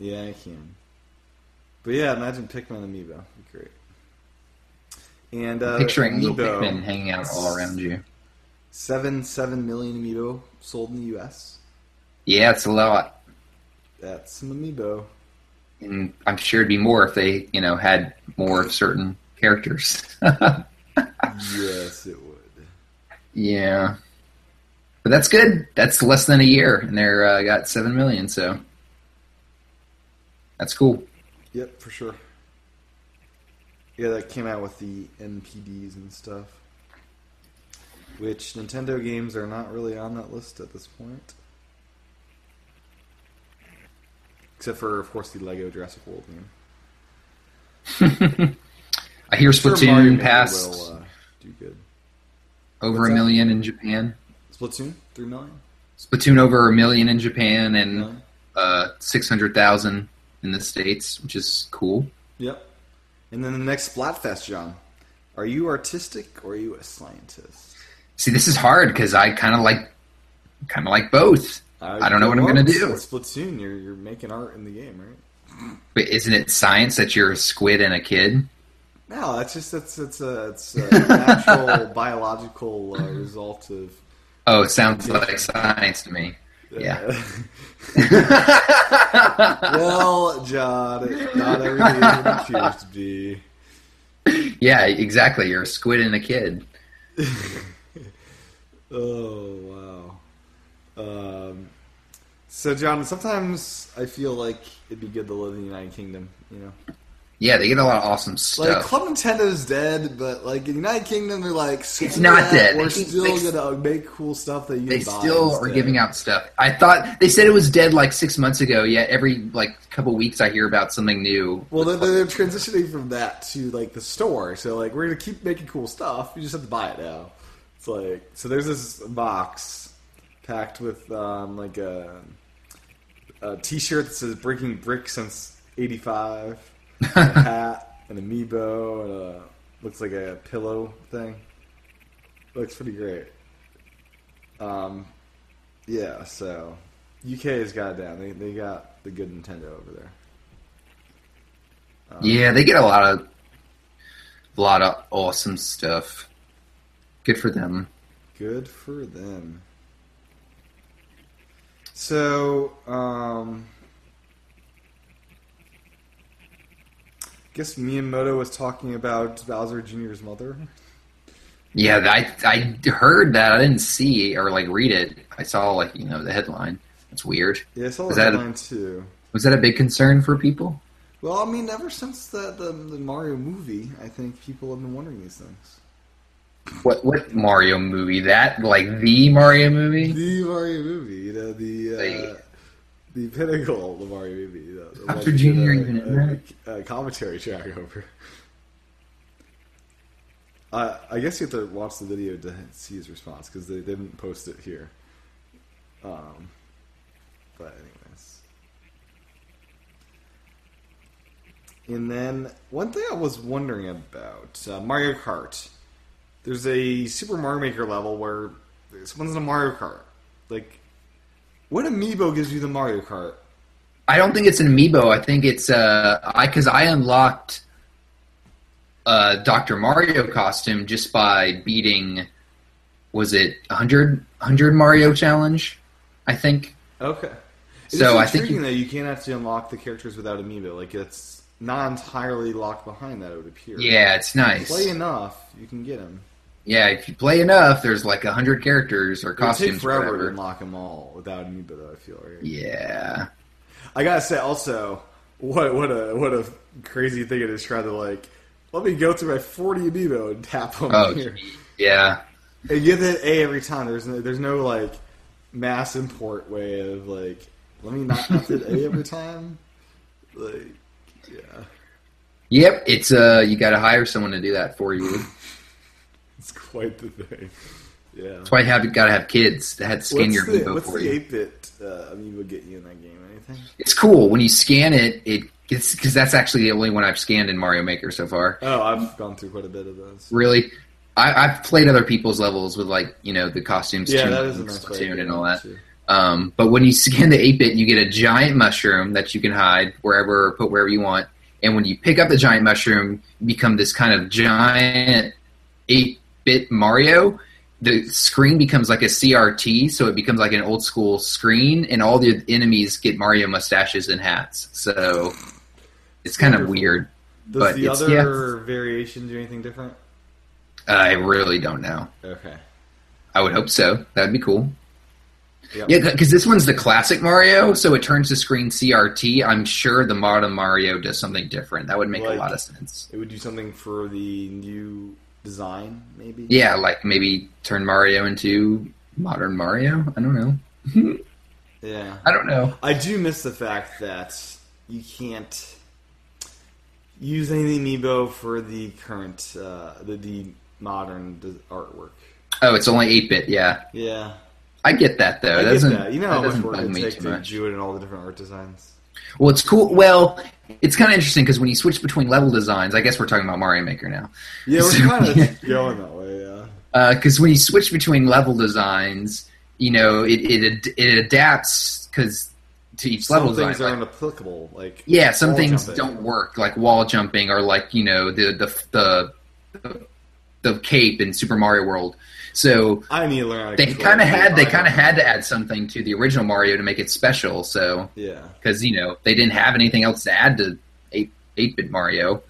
S2: Yeah, I can. But yeah, imagine Pikmin amiibo. That'd be great. And uh,
S3: Picturing little
S2: amiibo,
S3: Pikmin hanging out all around you.
S2: Seven seven million amiibo sold in the U.S.
S3: Yeah, it's a lot,
S2: That's some amiibo.
S3: and I'm sure it'd be more if they, you know, had more of certain characters.
S2: yes, it would.
S3: yeah, but that's good. That's less than a year, and they're uh, got seven million, so that's cool.
S2: Yep, for sure. Yeah, that came out with the NPDs and stuff. Which Nintendo games are not really on that list at this point. Except for, of course, the Lego Jurassic World game.
S3: I hear
S2: Sure, Mario
S3: Splatoon
S2: Maker
S3: passed
S2: will, uh, do good.
S3: over
S2: what's
S3: a
S2: that?
S3: million in Japan.
S2: Splatoon? 3 million?
S3: Splatoon over a million in Japan, and
S2: Million?
S3: uh, six hundred thousand in the states, which is cool.
S2: Yep. And then the next Splatfest, John. Are you artistic or are you a scientist?
S3: See, this is hard because I kind of like, kind of like both. I don't know what I'm
S2: well,
S3: going to do.
S2: Splatoon, you're, you're making art in the game, right?
S3: But isn't it science that you're a squid and a kid?
S2: No, that's just that's it's a it's a natural biological uh, result of uh,
S3: Oh, it sounds like science to me. Yeah.
S2: well, John, it- not everything is what it appears to be.
S3: Yeah, exactly. You're a squid and a kid.
S2: Oh wow. Um, so, John, sometimes I feel like it'd be good to live in the United Kingdom. You know,
S3: Yeah, they get a lot of awesome
S2: like
S3: stuff.
S2: Club Nintendo's dead, but like in the United Kingdom, they're like, "Screw
S3: not
S2: that,
S3: dead.
S2: We're
S3: They-
S2: still
S3: they-
S2: gonna make cool stuff that you
S3: they
S2: can buy
S3: still are
S2: instead."
S3: giving out stuff. I thought they said it was dead like six months ago. Yet every like couple weeks, I hear about something new.
S2: Well, they're, they're transitioning from that to like the store. So like we're gonna keep making cool stuff. You just have to buy it now. It's like so. There's this box packed with um, like a, a T-shirt that says "Breaking Brick since '85," a hat, an amiibo, and a, looks like a pillow thing. Looks pretty great. Um, yeah. So UK has got it down. They they got the good Nintendo over there.
S3: Yeah, they get a lot of, a lot of awesome stuff. Good for them.
S2: Good for them. So, um, guess Miyamoto was talking about Bowser Jr.'s mother.
S3: Yeah, I I heard that. I didn't see or like read it. I saw like you know the headline. That's weird.
S2: Yeah, I saw
S3: Is
S2: that
S3: that a-
S2: headline too.
S3: Was that a big concern for people?
S2: Well, I mean, ever since the, the the Mario movie, I think people have been wondering these things.
S3: What what Mario movie? That like the Mario movie?
S2: The Mario movie, you know, the uh,
S3: Like-
S2: the pinnacle of the Mario movie. You know, the one
S3: Bowser
S2: we did
S3: Jr.
S2: a-
S3: even in that?
S2: a, a commentary track over. I I guess you have to watch the video to see his response because they didn't post it here. Um, but anyways. And then one thing I was wondering about uh, Mario Kart. There's a Super Mario Maker level where someone's in a Mario Kart. Like, what amiibo gives you the Mario Kart?
S3: I don't think it's an amiibo. I think it's uh I because I unlocked a Doctor Mario costume just by beating. Was it 100, 100 Mario challenge? I think.
S2: Okay. It's
S3: So I think
S2: intriguing
S3: you-
S2: that you can't actually unlock the characters without amiibo. Like it's not entirely locked behind that. It would appear.
S3: Yeah, it's
S2: If you
S3: nice.
S2: Play enough, you can get them.
S3: Yeah, if you play enough, there's like a hundred characters or
S2: It would take
S3: costumes,
S2: forever to
S3: whatever.
S2: unlock them all without amiibo. Though, I feel right.
S3: Yeah,
S2: I gotta say, also, what what a what a crazy thing it is trying to like. Let me go through my forty amiibo and tap them
S3: Oh,
S2: here.
S3: gee. yeah.
S2: And you get that A every time. There's no, there's no like mass import way of like. Let me not have that A every time. Like, yeah.
S3: Yep, it's uh, you got to hire someone to do that for you. That's
S2: It's quite the thing. Yeah.
S3: why you have got to have kids that had to scan
S2: what's
S3: your
S2: the,
S3: amiibo
S2: what's
S3: for
S2: the
S3: you.
S2: eight bit uh, amiibo get you in that game? Anything?
S3: It's cool when you scan it. It gets because that's actually the only one I've scanned in Mario Maker so far.
S2: Oh, I've gone through quite a bit of those.
S3: Really, I, I've played other people's levels with like you know the costumes,
S2: Yeah,
S3: too,
S2: that is a
S3: and
S2: nice way.
S3: Splatoon
S2: of
S3: and
S2: doing
S3: all
S2: it,
S3: that.
S2: too.
S3: Um, but when you scan the 8 bit, you get a giant mushroom that you can hide wherever or put wherever you want. And when you pick up the giant mushroom, you become this kind of giant 8 bit Mario. The screen becomes like a CRT, so it becomes like an old school screen, and all the enemies get Mario mustaches and hats. So it's kind of weird.
S2: Does
S3: But
S2: the
S3: it's-
S2: other
S3: yeah.
S2: variations do anything different?
S3: I really don't know.
S2: Okay.
S3: I would hope so. That'd be cool.
S2: Yep.
S3: Yeah, because this one's the classic Mario, so it turns the screen CRT. I'm sure the modern Mario does something different. That would make
S2: Like-
S3: a lot of sense.
S2: It would do something for the new design, maybe.
S3: Yeah, like maybe turn Mario into modern Mario. I don't know.
S2: Yeah.
S3: I don't know.
S2: I do miss the fact that you can't use any amiibo for the current, uh, the, the modern d- artwork.
S3: Oh, it's only eight bit. Yeah,
S2: Yeah.
S3: I get that though.
S2: I
S3: That
S2: get
S3: doesn't
S2: that. You know
S3: that
S2: how much
S3: doesn't
S2: work
S3: bug
S2: it
S3: me
S2: takes
S3: too
S2: to
S3: much.
S2: do it in all the different art designs.
S3: Well, it's cool. Well, it's kind of interesting because when you switch between level designs, I guess we're talking about Mario Maker now.
S2: Yeah, we're
S3: So-
S2: kind of going that way, yeah.
S3: because when you switch between level designs, you know it it, ad- it adapts because to each level
S2: Some things
S3: design.
S2: are
S3: like-
S2: inapplicable. Like
S3: yeah, some
S2: wall
S3: things
S2: jumping.
S3: don't work, like wall jumping or like you know the the the the cape in Super Mario World. So
S2: I need to learn. How to
S3: they
S2: control
S3: kind of
S2: it.
S3: had they
S2: I
S3: kind of
S2: don't know.
S3: had to add something to the original Mario to make it special. So
S2: Yeah,
S3: because you know they didn't have anything else to add to eight eight bit Mario.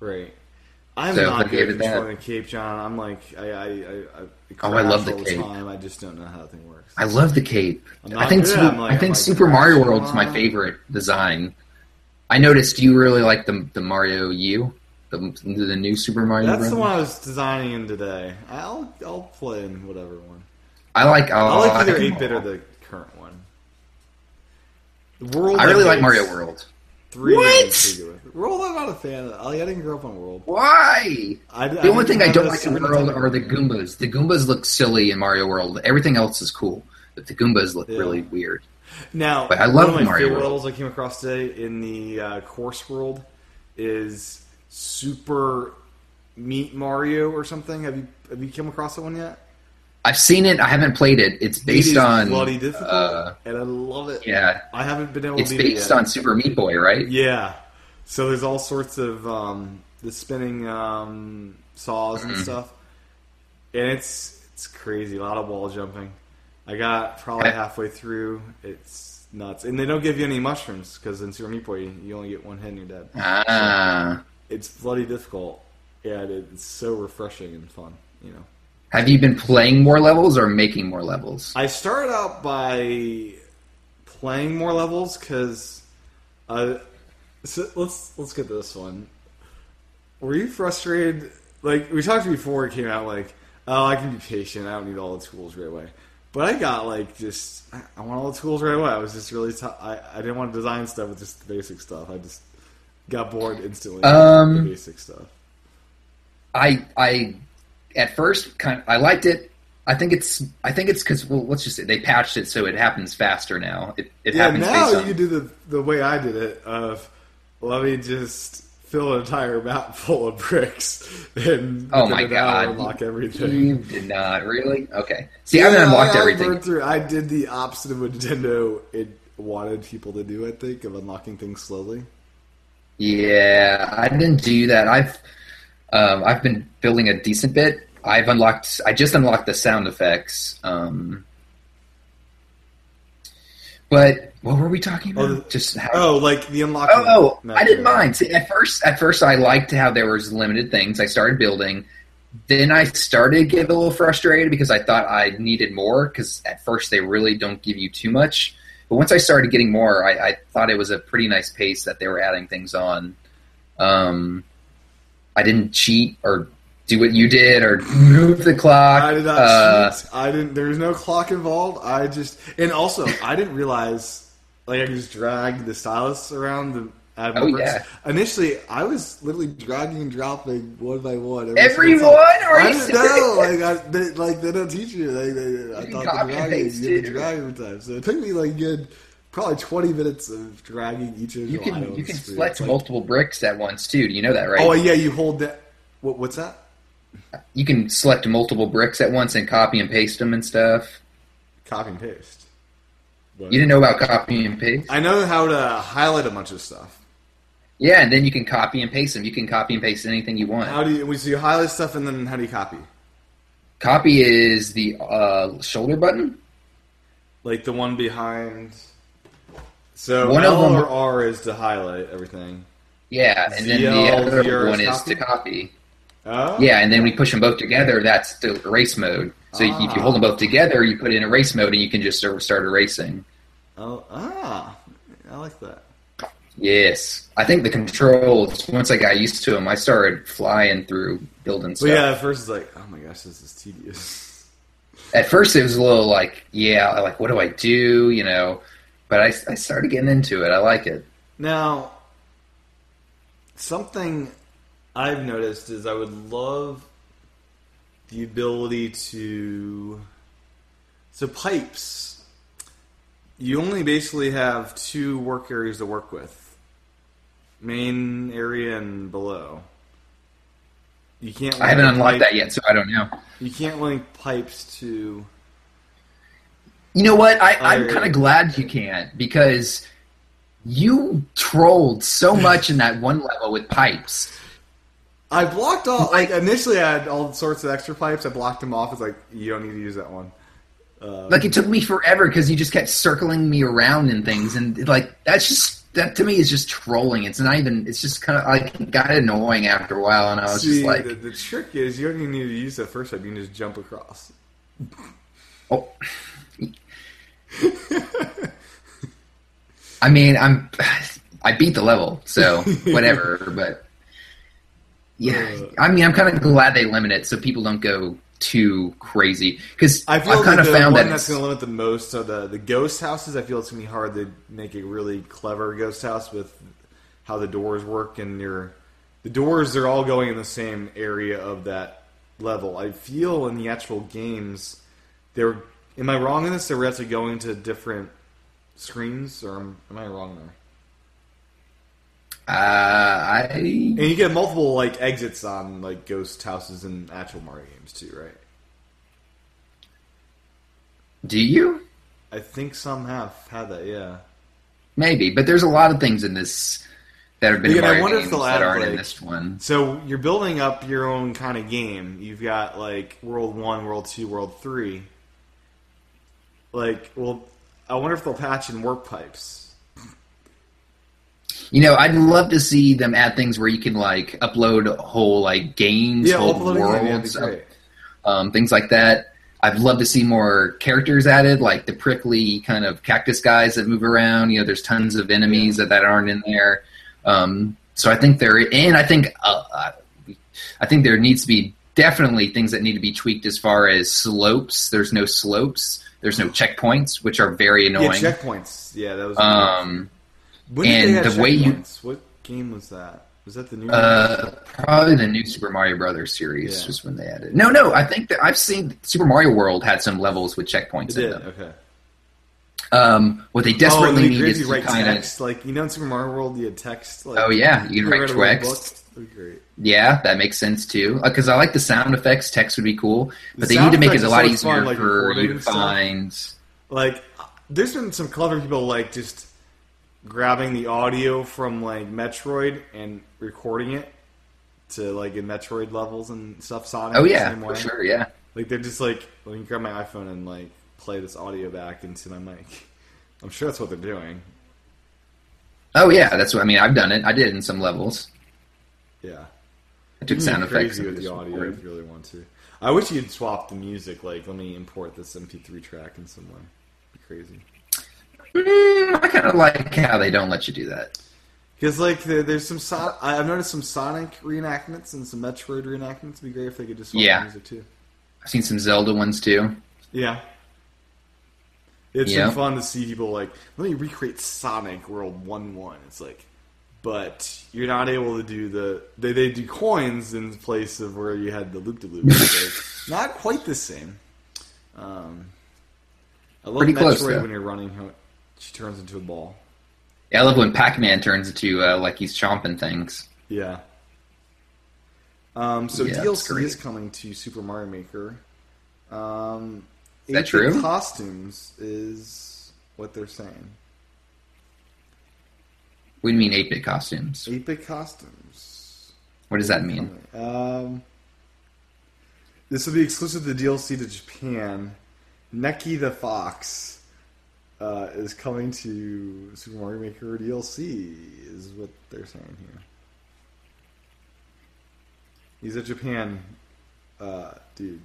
S2: right. I'm
S3: So
S2: not
S3: they gave
S2: good at
S3: it that.
S2: controlling the Cape John. I'm like I I I. I it
S3: Oh, I
S2: crashes
S3: love the
S2: all
S3: Cape.
S2: time. I just don't know how the thing works.
S3: I love the cape.
S2: I'm not
S3: I think
S2: good.
S3: Super,
S2: I'm like-
S3: I think
S2: I'm like,
S3: Super Mario
S2: "Gosh,
S3: World's my
S2: Mom."
S3: favorite design. I noticed you really like the the Mario U, the the new Super Mario.
S2: That's the
S3: Brothers.
S2: one I was designing in today. I'll I'll play in whatever one.
S3: I like. uh,
S2: I
S3: Oh, I
S2: like either eight bit or the current one. World.
S3: I really like
S2: Decades
S3: Mario World.
S2: Three
S3: What?
S2: is pretty good. World. I'm not a fan. of Like, I didn't grow up on World.
S3: Why?
S2: I,
S3: The only thing I don't like in World are the Goombas. The Goombas look silly in Mario World. Everything else is cool, but the Goombas look
S2: Yeah.
S3: really weird.
S2: Now,
S3: But I
S2: one
S3: love
S2: of my
S3: Mario
S2: favorite
S3: World.
S2: levels I came across today in the uh, course world is Super Meat Mario or something. Have you have you come across that one yet?
S3: I've seen it. I haven't played it. It's based
S2: it is
S3: on.
S2: bloody difficult,
S3: uh,
S2: and I love it.
S3: yeah,
S2: I haven't been able
S3: it's
S2: to beat
S3: based
S2: it yet.
S3: on Super Meat Boy, right?
S2: Yeah, so there's all sorts of um, the spinning um, saws and stuff, and it's it's crazy. A lot of wall jumping. I got probably
S3: Okay.
S2: halfway through. It's nuts, and they don't give you any mushrooms because in Super Meat Boy you- you only get one hit and you're dead.
S3: Ah.
S2: It's bloody difficult, and it's so refreshing and fun. You know,
S3: Have you been playing more levels or making more levels?
S2: I started out by playing more levels because, uh, so let's let's get this one. Were you frustrated? Like we talked before it came out, like oh, I can be patient. I don't need all the tools right away. But I got like just I, I want all the tools right away. I was just really t- I I didn't want to design stuff with just the basic stuff. I just got bored instantly. with
S3: Um,
S2: the basic stuff.
S3: I I at first kind I liked it. I think it's I think it's because well let's just say they patched it so it happens faster now. It, it
S2: Yeah,
S3: happens
S2: now
S3: based on
S2: you do the the way I did it of let me just fill an entire map full of bricks and
S3: Oh
S2: within
S3: my
S2: an hour
S3: God.
S2: unlock everything.
S3: you did not really okay. See, I haven't unlocked
S2: I, I
S3: everything.
S2: burned through- I did the opposite of what Nintendo it wanted people to do. I think of unlocking things slowly.
S3: Yeah, I didn't do that. I've um, I've been building a decent bit. I've unlocked. I just unlocked the sound effects. Um, but what were we talking about?
S2: Oh,
S3: just how,
S2: Oh, like the unlocking.
S3: Oh, oh
S2: map.
S3: I didn't mind. See, at first, at first, I liked how there was limited things. I started building. Then I started to get a little frustrated because I thought I needed more. Because at first, they really don't give you too much. But once I started getting more, I, I thought it was a pretty nice pace that they were adding things on. Um, I didn't cheat or do what you did or move the clock.
S2: I did not
S3: Uh,
S2: cheat. I didn't. There was no clock involved. I just and also I didn't realize like I could just drag the stylus around the. I
S3: Oh, yeah.
S2: Initially, I was literally dragging and dropping one by one.
S3: Every
S2: single time.
S3: one? Are
S2: I
S3: you
S2: don't
S3: serious?
S2: know. Like, I, they, like they don't teach you. Like, they, I
S3: You
S2: thought
S3: copy
S2: the
S3: and
S2: dragging,
S3: paste
S2: you
S3: it.
S2: did drag every time. So it took me like a good, probably twenty minutes of dragging each of
S3: you can
S2: items
S3: you can
S2: through.
S3: select
S2: It's like-
S3: multiple bricks at once too. Do you know that, right?
S2: Oh yeah, you hold that. What, what's that?
S3: you can select multiple bricks at once and copy and paste them and stuff.
S2: Copy and paste. But
S3: You didn't know about copy and paste?
S2: I know how to highlight a bunch of stuff.
S3: Yeah, and then you can copy and paste them. You can copy and paste anything you want.
S2: How do you? So you highlight stuff, and then how do you copy?
S3: copy is the uh, shoulder button.
S2: Like the one behind. So
S3: One of
S2: L
S3: them-
S2: or R is to highlight everything.
S3: Yeah, and then
S2: ZL,
S3: the other
S2: zero
S3: one
S2: is
S3: is
S2: copy?
S3: to copy.
S2: Oh,
S3: Yeah, and then we push them both together. That's the erase mode. So if
S2: Ah.
S3: you hold them both together, you put in erase mode, and you can just sort of start erasing.
S2: Oh, ah, I like that.
S3: Yes, I think the controls. Once I got used to them, I started flying through buildings.
S2: But yeah, at first it's like, oh my gosh, this is tedious.
S3: At first, it was a little like, yeah, like what do I do? You know, but I, I started getting into it. I like it.
S2: Now, something I've noticed is I would love the ability to. So, pipes. You only basically have two work areas to work with main area and below. You can't.
S3: I haven't
S2: link
S3: unlocked
S2: pipe-
S3: that yet, so I don't know.
S2: You can't link pipes to.
S3: You know what? I,
S2: I
S3: I'm
S2: agree.
S3: kind of glad you can't because you trolled so much in that one level with pipes.
S2: I blocked all. Like
S3: Like-
S2: initially, I had all sorts of extra pipes. I blocked them off. It's like you don't need to use that one.
S3: Like it took me forever because you just kept circling me around and things, and like that's just that to me is just trolling. It's not even. It's just kind of like it got annoying after a while, and I was
S2: See,
S3: just like,
S2: the, the trick is you don't even need to use that first step. You can just jump across.
S3: oh. I mean, I'm I beat the level, so whatever. but yeah,
S2: Uh.
S3: I mean, I'm kind of glad they limit it so people don't go too crazy because
S2: I
S3: I've
S2: feel like
S3: kind of
S2: the
S3: found
S2: one
S3: that
S2: that's
S3: it's-
S2: going to limit the most are the, the ghost houses. I feel it's going to be hard to make a really clever ghost house with how the doors work and your the doors are all going in the same area of that level. I feel in the actual games, they're am I wrong in this? They were actually going to different screens, or am, am I wrong there?
S3: uh, I
S2: And you get multiple like exits on like ghost houses in actual Mario games too, right?
S3: do you.
S2: I think some have had that, yeah.
S3: Maybe, but there's a lot of things in this that have been
S2: Yeah,
S3: in
S2: I
S3: Mario
S2: wonder if
S3: games
S2: they'll
S3: that
S2: add,
S3: aren't in
S2: like-
S3: this one.
S2: So you're building up your own kind of game. You've got like World One, World Two, World Three. Like, well, I wonder if they'll patch in warp pipes.
S3: You know, I'd love to see them add things where you can like upload whole like games,
S2: Yeah,
S3: whole
S2: uploading game, that'd be
S3: worlds,
S2: great.
S3: um, things like that. I'd love to see more characters added, like the prickly kind of cactus guys that move around. You know, there's tons of enemies that, that aren't in there. Um, so I think there, and I think uh, uh, I think there needs to be definitely things that need to be tweaked as far as slopes. There's no slopes. There's no checkpoints, which are very
S2: Yeah,
S3: annoying.
S2: checkpoints. Yeah, that was.
S3: um,
S2: when did they
S3: and
S2: have
S3: the way you-
S2: checkpoints? What game was that? Was that the new?
S3: Uh, probably the new Super Mario Brothers series
S2: Yeah.
S3: just when they added. No, no, I think that I've seen Super Mario World had some levels with checkpoints
S2: it
S3: in
S2: did.
S3: them.
S2: Okay.
S3: Um, what they
S2: oh, and
S3: desperately
S2: it'd be
S3: need
S2: great if
S3: is
S2: you
S3: to
S2: write
S3: kind of.
S2: text. Like you know, in Super Mario World, you had text. Like,
S3: Oh yeah, you can
S2: you
S3: write
S2: read a little
S3: text.
S2: book, That'd be great.
S3: Yeah, that makes sense too. Because I like the sound effects. Text would be cool, but they need
S2: sound
S3: to make
S2: effects
S3: it a
S2: are
S3: lot
S2: so
S3: easier
S2: fun, like
S3: for you
S2: recording
S3: to
S2: stuff.
S3: find.
S2: like there's been some clever people like just grabbing the audio from like Metroid and recording it to like in Metroid levels and stuff. Sonic,
S3: Oh
S2: the
S3: yeah,
S2: same
S3: for
S2: way.
S3: sure. Yeah,
S2: Like they're just like, let me grab my iPhone and like play this audio back into my mic. I'm sure that's what they're doing.
S3: oh yeah. That's what I mean. I've done it. I did it in some levels.
S2: Yeah,
S3: I took
S2: You can
S3: sound
S2: be
S3: effects.
S2: Hmm, crazy
S3: and
S2: with the
S3: just
S2: audio
S3: recorded.
S2: if you really want to. I wish you'd swap the music. Like, let me import this MP3 track in some way. Be crazy.
S3: Mm, I kind of like how they don't let you do that.
S2: Because like there, there's some so- I- I've noticed some Sonic reenactments and some Metroid reenactments. It'd be great if they could just swap
S3: Yeah.
S2: the music too.
S3: I've seen some Zelda ones too.
S2: Yeah, it's
S3: Yeah.
S2: been fun to see people like let me recreate Sonic World One One. It's like, but you're not able to do the they they do coins in place of where you had the loop de loop. Not quite the same. Um, I love
S3: Pretty
S2: Metroid
S3: close, though.
S2: when you're running. how She turns into a ball.
S3: Yeah, I love when Pac-Man turns into uh, like he's chomping things.
S2: Yeah. Um, so
S3: Yeah, it's
S2: DLC
S3: great.
S2: is coming to Super Mario Maker. Um,
S3: that
S2: Ape in
S3: true?
S2: Costumes is what they're saying.
S3: What do you mean 8 bit costumes?
S2: Eight bit costumes.
S3: What does that mean?
S2: Um, this will be exclusive to DLC to Japan. Neki the Fox uh, is coming to Super Mario Maker DLC, is what they're saying here. He's a Japan uh, dude,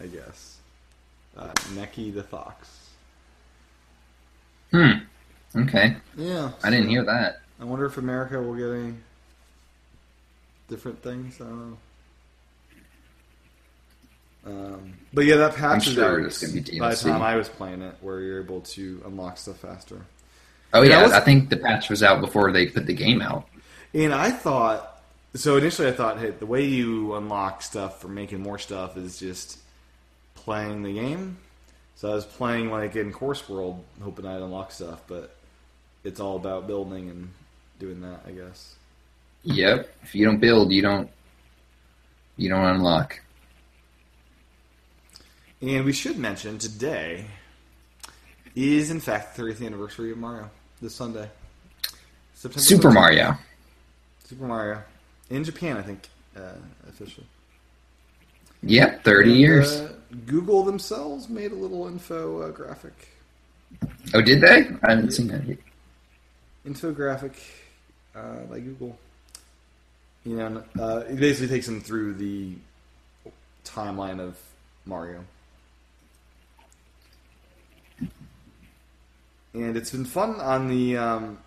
S2: I guess. Uh, Neki the Fox.
S3: Hmm. Okay.
S2: Yeah.
S3: I didn't hear that.
S2: I wonder if America will get any different things. I don't know. Um, but yeah, that patch
S3: I'm
S2: is
S3: sure
S2: out
S3: it's gonna be
S2: by the
S3: DLC.
S2: time I was playing it, where you're able to unlock stuff faster.
S3: Oh,
S2: Yeah,
S3: yeah.
S2: I was-
S3: I think the patch was out before they put the game out.
S2: And I thought, so initially I thought, hey, the way you unlock stuff for making more stuff is just playing the game. So I was playing like in Course World, hoping I'd unlock stuff, but it's all about building and doing that, I guess.
S3: Yep. If you don't build, you don't. You don't unlock.
S2: And we should mention today is in fact the 30th anniversary of Mario this Sunday. September
S3: Super
S2: 13th.
S3: Mario.
S2: Super Mario in Japan, I think, uh, officially.
S3: Yep, thirty
S2: And,
S3: years.
S2: uh, Google themselves made a little info uh, graphic,
S3: Oh, did they? I haven't seen that. Yet.
S2: infographic uh, by Google. You know, and, uh, it basically takes them through the timeline of Mario. And it's been fun on the um,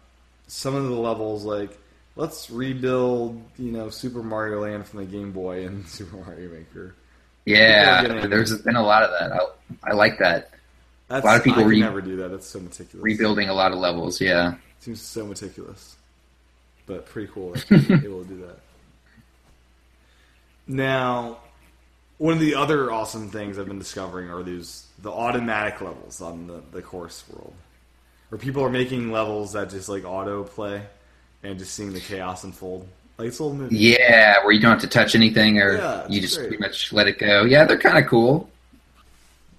S2: some of the levels, like let's rebuild, you know, Super Mario Land from the Game Boy and Super Mario Maker. People are
S3: Yeah,
S2: getting-
S3: there's been a lot of that. I, I like that
S2: That's,
S3: lot of people
S2: I could
S3: re-
S2: never do that. That's so meticulous.
S3: rebuilding a lot of levels. Yeah,
S2: Seems so meticulous, but pretty cool. That it will do that. Now, one of the other awesome things I've been discovering are these the automatic levels on the, the course world, where people are making levels that just like auto play and just seeing the chaos unfold. Like it's a little movie.
S3: yeah, where you don't have to touch anything, or
S2: Yeah, it's
S3: you just
S2: great.
S3: pretty much let it go. Yeah, they're kind of cool.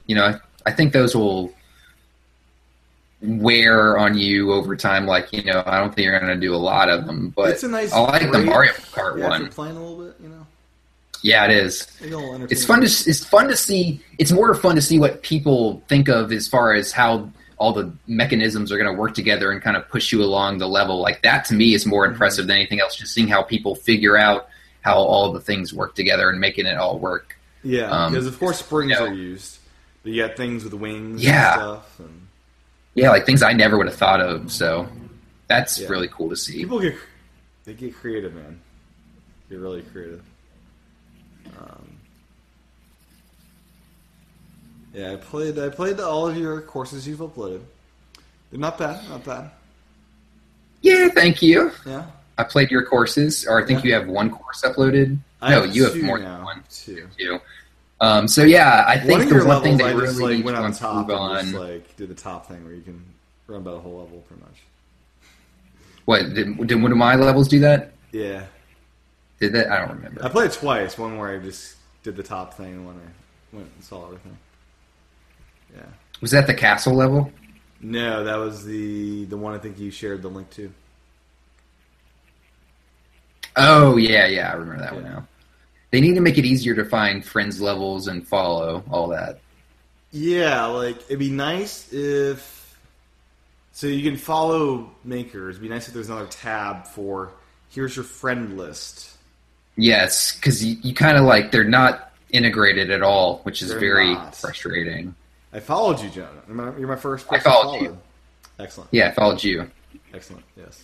S3: You know, I, I think those will wear on you over time. Like, you know, I don't think you're going to do a lot of them, but
S2: It's a nice.
S3: I like the
S2: break.
S3: Mario Kart
S2: yeah, if
S3: one.
S2: you're playing a little bit, you know.
S3: Yeah, it is.
S2: It'll entertain
S3: It's fun to
S2: you.
S3: it's fun to see. It's more fun to see what people think of as far as how all the mechanisms are going to work together and kind of push you along the level. Like that to me is
S2: Mm-hmm.
S3: more impressive than anything else. Just seeing how people figure out how all the things work together and making it all work.
S2: Yeah,
S3: Um,
S2: because of course springs
S3: you know.
S2: are used. But you got things with wings
S3: Yeah.
S2: and stuff. And
S3: Yeah, like things I never would have thought of. So that's
S2: Yeah.
S3: really cool to see.
S2: people get they get creative, man. Get really creative. Um, yeah, I played. I played all of your courses you've uploaded. They're not bad. Not bad.
S3: Yeah, thank you.
S2: Yeah.
S3: I played your courses, or I think
S2: Yeah.
S3: you have one course uploaded.
S2: I
S3: no, you have
S2: two
S3: more
S2: now,
S3: than one.
S2: Two.
S3: Too. Um, so yeah, I
S2: One
S3: think
S2: of
S3: the
S2: your
S3: one
S2: levels,
S3: thing they
S2: I
S3: really
S2: just like
S3: need
S2: went
S3: to
S2: on top
S3: improve
S2: and
S3: on.
S2: just like did the top thing where you can run about a whole level, pretty much.
S3: What did, did one of my levels do that?
S2: Yeah.
S3: Did that? I don't
S2: I
S3: remember.
S2: played it twice. One where I just did the top thing, and one I went and saw everything. Yeah.
S3: Was that the castle level?
S2: No, that was the the one I think you shared the link to.
S3: Oh yeah, yeah, I remember that one
S2: Yeah.
S3: now. They need to make it easier to find friends levels and follow all that.
S2: Yeah, like it'd be nice if so you can follow makers. It'd be nice if there's another tab for here's your friend list.
S3: Yes, because you, you kind of like they're not integrated at all, which is
S2: They're
S3: very
S2: not.
S3: frustrating.
S2: I followed you, Jonah. You're my, you're my first
S3: I
S2: person
S3: followed you.
S2: followed. Excellent.
S3: Yeah, I followed you.
S2: Excellent. Yes.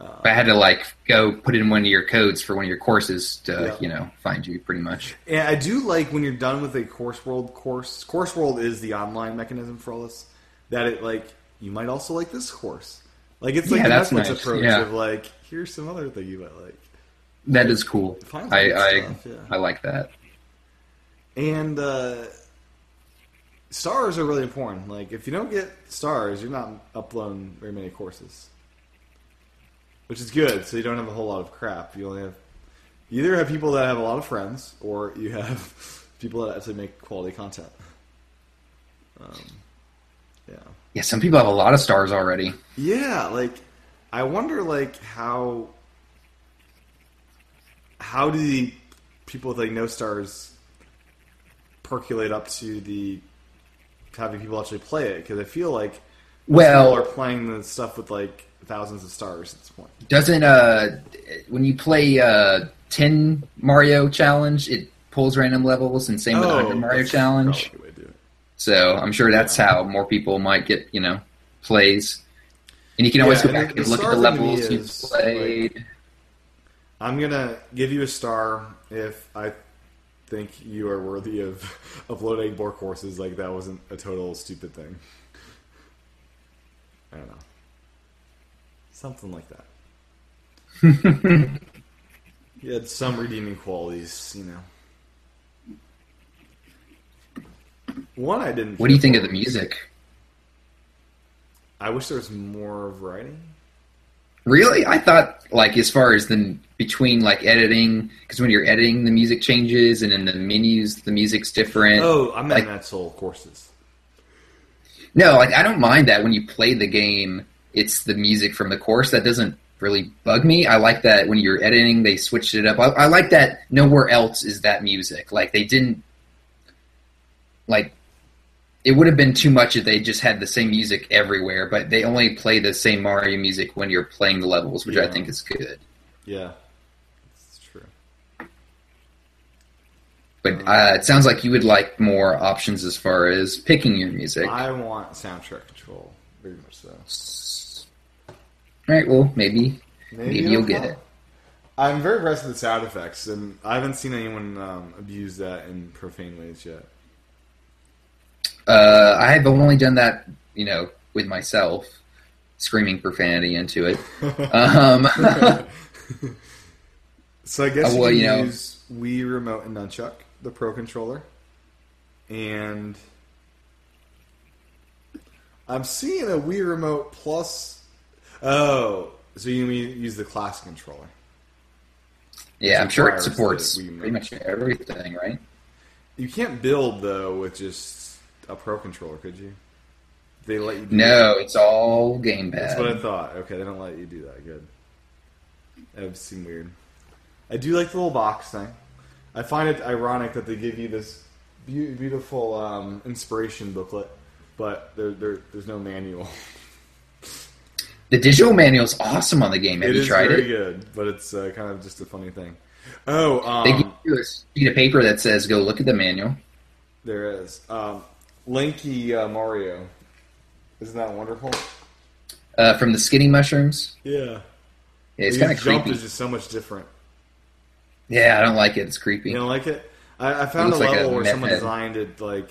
S3: If I had to like go put in one of your codes for one of your courses to
S2: Yeah.
S3: you know find you, pretty much.
S2: And I do like when you're done with a course world course. Course world is the online mechanism for all this. That it like you might also like this course. Like it's like
S3: Yeah,
S2: the
S3: that's
S2: Netflix
S3: nice,
S2: approach
S3: yeah.
S2: of like here's some other thing you might like.
S3: That is cool.
S2: Find
S3: I
S2: some
S3: I,
S2: stuff, yeah.
S3: I like that.
S2: And uh, stars are really important. Like if you don't get stars, you're not uploading very many courses, which is good. So you don't have a whole lot of crap. You only have you either have people that have a lot of friends, or you have people that actually make quality content. Um, Yeah.
S3: Yeah, some people have a lot of stars already.
S2: Yeah, like I wonder like how how do the people with like no stars percolate up to the having people actually play it because I feel like people are
S3: Well,
S2: playing the stuff with like thousands of stars at this point.
S3: doesn't uh when you play uh 10 Mario challenge, it pulls random levels and same with the 100 Mario
S2: Oh, that's
S3: challenge.
S2: probably a way to do it.
S3: So, I'm sure that's how more people might get, you know, plays. And you can always
S2: Yeah,
S3: go
S2: and
S3: back
S2: the-
S3: and
S2: the
S3: look at
S2: star
S3: the
S2: thing to me
S3: levels you
S2: is,
S3: played.
S2: I'm gonna give you a star if I think you are worthy of uploading more courses. Like that wasn't a total stupid thing. I don't know, something like that. you had some redeeming qualities, you know. One I didn't.
S3: what do you think
S2: care
S3: of the
S2: for.
S3: music?
S2: I wish there was more variety.
S3: Really? I thought like as far as the between like editing because when you're editing the music changes and in the menus the music's different.
S2: Oh, I meant
S3: like-
S2: that's all courses.
S3: No, like I don't mind that when you play the game, it's the music from the course that doesn't really bug me. I like that when you're editing they switched it up. I, I like that nowhere else is that music. Like they didn't like it would have been too much if they just had the same music everywhere, but they only play the same Mario music when you're playing the levels, which I
S2: Yeah.
S3: think is good.
S2: Yeah, it's true.
S3: But uh, it sounds like you would like more options as far as picking your music. All
S2: I want soundtrack control very much so.
S3: right, well, maybe. Maybe you'll get
S2: come.
S3: it.
S2: I'm very impressed with the sound effects, and I haven't seen anyone um, abuse that in profane ways yet.
S3: Uh, I have only done that, you know, with myself, screaming profanity into it. um,
S2: So I guess
S3: Oh,
S2: you
S3: well,
S2: can
S3: you know-
S2: use Wii Remote and Nunchuck, the Pro controller, and I'm seeing a Wii Remote Plus. Oh, so you mean use the class controller?
S3: yeah, I'm sure it
S2: Requires that
S3: supports
S2: we
S3: pretty much everything, right?
S2: You can't build though with just a Pro controller, could you? They let you do
S3: No, it's all gamepad.
S2: That's what I thought. Okay, they don't let you do that. Good. That would seem weird. I do like the little box thing. I find it ironic that they give you this beau- beautiful um, inspiration booklet, but there, there, there's no manual.
S3: the digital manual's awesome on the game. Have
S2: it
S3: you
S2: is
S3: tried
S2: very
S3: it?
S2: good, but it's uh, kind of just a funny thing. Oh,
S3: They give
S2: um,
S3: you a sheet of paper that says, "Go look at the manual."
S2: there is um, Lanky uh, Mario. Isn't that wonderful?
S3: Uh, from the skinny mushrooms,
S2: Yeah,
S3: yeah, it's
S2: His
S3: kind of
S2: jump
S3: creepy.
S2: is just so much different.
S3: Yeah, I don't like it. It's creepy.
S2: You don't like it? I, I found a
S3: looks like
S2: level
S3: a
S2: where
S3: meth
S2: someone
S3: head.
S2: designed it like,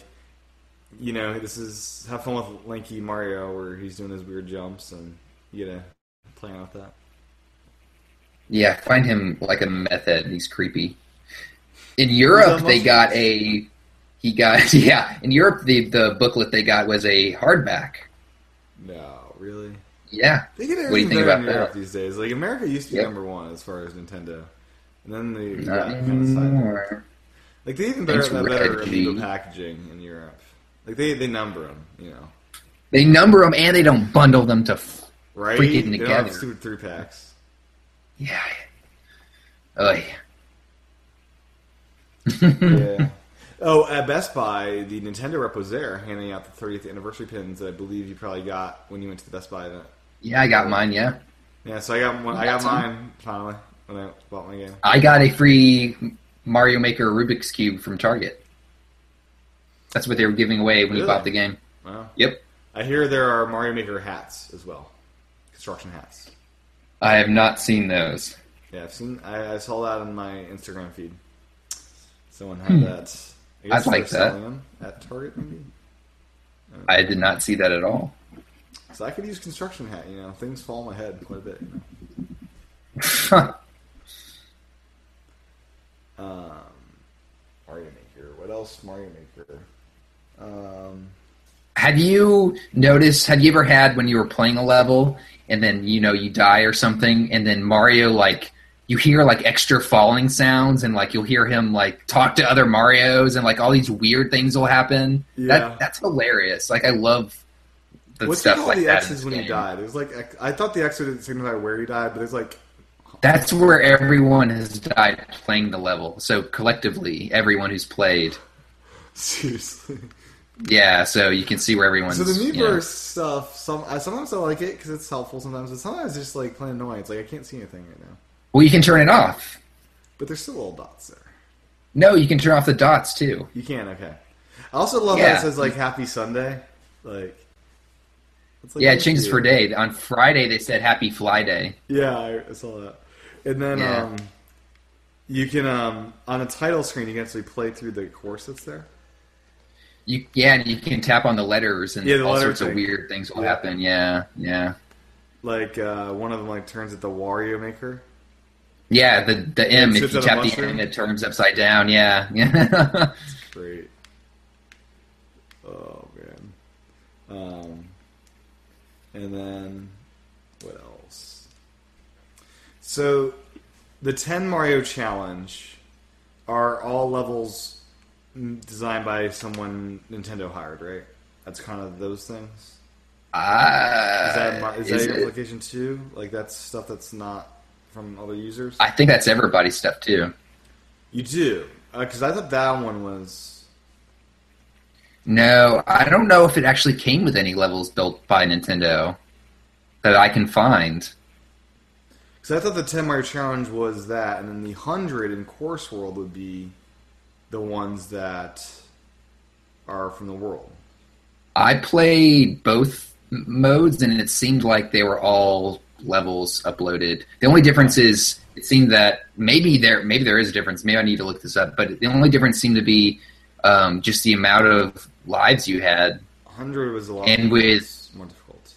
S2: you know, this is have fun with lanky Mario, where he's doing his weird jumps and you know, playing with that.
S3: Yeah, I find him like a meth head. He's creepy. In
S2: He's
S3: Europe, they
S2: almost-
S3: got a he got yeah. In Europe, the the booklet they got was a hardback.
S2: No, really.
S3: Yeah,
S2: They get everything
S3: What do you think
S2: better in
S3: about
S2: Europe
S3: that?
S2: these days. Like America used to be
S3: Yep.
S2: number one as far as Nintendo, and then they
S3: not
S2: got kind of sideways.
S3: anymore.
S2: like they even better
S3: Thanks,
S2: got better
S3: Red
S2: amiibo
S3: G.
S2: packaging in Europe. Like they they number them, you know,
S3: They number them and they don't bundle them to. F-
S2: right?
S3: Freaking
S2: They don't have
S3: together.
S2: stupid three packs.
S3: yeah. Oh yeah.
S2: yeah. Oh, at Best Buy, the Nintendo rep was there handing out the 30th anniversary pins that I believe you probably got when you went to the Best Buy event.
S3: Yeah, I got mine. Yeah,
S2: Yeah, so I got one, I got
S3: That's all.
S2: mine finally when I bought my game.
S3: I got a free Mario Maker Rubik's cube from Target. That's what they were giving away when
S2: Really?
S3: you bought the game.
S2: Wow.
S3: Yep,
S2: I hear there are Mario Maker hats as well, construction hats.
S3: I have not seen those.
S2: Yeah, I've seen. I, I saw that on my Instagram feed. Someone had that. I guess
S3: Hmm. I'd like
S2: they're
S3: that.
S2: selling them at Target maybe.
S3: I did not see that at all.
S2: So I could use construction hat. You know, things fall on my head quite a bit. You know? Um, Mario Maker. What else? Mario Maker. Um,
S3: Have you noticed? Have you ever had when you were playing a level and then you know you die or something, and then Mario like you hear like extra falling sounds and like you'll hear him like talk to other Mario's and like all these weird things will happen.
S2: Yeah.
S3: That that's hilarious. Like I love and
S2: What's
S3: stuff
S2: all
S3: like
S2: the
S3: that. in
S2: X's
S3: this
S2: when he
S3: game.
S2: died? It was like X- I thought the X would signify where he died, but it's like
S3: That's where everyone has died playing the level. So collectively, everyone who's played,
S2: seriously.
S3: yeah. So you can see where everyone's.
S2: So the Miiverse
S3: you know.
S2: stuff, some I, sometimes I like it because it's helpful sometimes, but sometimes it's just like plain annoying. It's like I can't see anything right now,
S3: Well, you can turn it off.
S2: but there's still little dots there.
S3: No, you can turn off the dots too.
S2: You can okay. I also love that
S3: Yeah.
S2: it says like Happy Sunday, like. It's like
S3: Yeah, it
S2: that's
S3: changes per
S2: weird.
S3: day. On Friday, they said Happy Fly Day.
S2: Yeah, I- I saw that. And then
S3: Yeah.
S2: um, you can um, on a title screen you can actually play through the course that's there.
S3: You yeah, and you can tap on the letters and
S2: Yeah, the
S3: all
S2: letter
S3: sorts
S2: thing.
S3: of weird things will
S2: Yeah.
S3: happen. Yeah, yeah,
S2: Like uh, one of them like turns at the Wario Maker.
S3: yeah. The the M
S2: sits
S3: if you
S2: on a
S3: tap the
S2: mushroom.
S3: M, it turns upside down. Yeah, yeah.
S2: Great. Oh man. Um, and then what else? So the ten Mario challenge are all levels mm, designed by someone Nintendo hired, right? That's kind of those things. Is that,
S3: uh,
S2: my, is
S3: is
S2: that your
S3: it-
S2: implication too? Like that's stuff that's not from other users.
S3: I think that's everybody's stuff too.
S2: you do because I thought that one was
S3: No, I don't know if it actually came with any levels built by Nintendo that I can find.
S2: because I thought the ten Mario challenge was that, and then the hundred in Course World would be the ones that are from the world.
S3: I played both m- modes, and it seemed like they were all levels uploaded. The only difference is it seemed that maybe there maybe there is a difference. Maybe I need to look this up. But the only difference seemed to be um, just the amount of lives you had.
S2: Hundred was a lot
S3: And with-
S2: more difficult.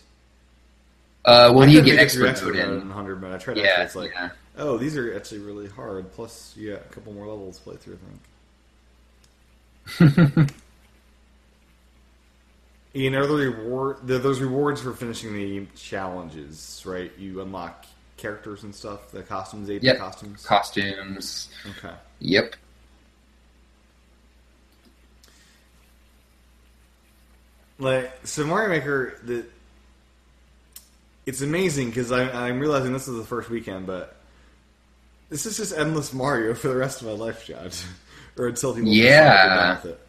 S3: Uh, well,
S2: I
S3: you
S2: couldn't
S3: get
S2: make it through
S3: expert mode
S2: in
S3: in.
S2: hundred, but I tried.
S3: Yeah,
S2: Yeah, it's like
S3: yeah.
S2: oh, these are actually really hard. Plus, you got a couple more levels to play through. I think. And are the reward the, those rewards for finishing the challenges, right? You unlock characters and stuff, the costumes, AP
S3: Yep.
S2: costumes.
S3: Costumes.
S2: okay.
S3: Yep.
S2: Like so, Mario Maker. The it's amazing because I'm realizing this is the first weekend, but this is just endless Mario for the rest of my life, John, or until people decide
S3: Yeah.
S2: they're done with it.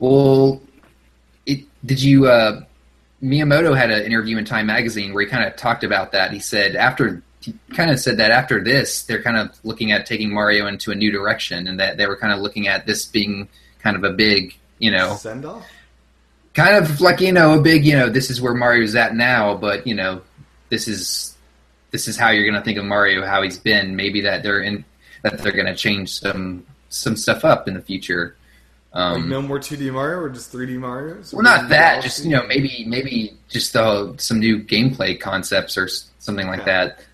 S3: Well, it, did you? Uh, Miyamoto had an interview in Time Magazine where he kind of talked about that. He said after he kind of said that after this, they're kind of looking at taking Mario into a new direction, and that they were kind of looking at this being kind of a big, you know,
S2: Send off.
S3: kind of like you know a big, you know, this is where Mario's at now, but you know, this is this is how you're going to think of Mario, how he's been. Maybe that they're in that they're going to change some some stuff up in the future. Um,
S2: Like no more 2D Mario or just 3D Mario? So
S3: well, not
S2: maybe
S3: that.
S2: Galaxy?
S3: Just you know, maybe maybe just uh, some new gameplay concepts or s- something like
S2: Yeah.
S3: that.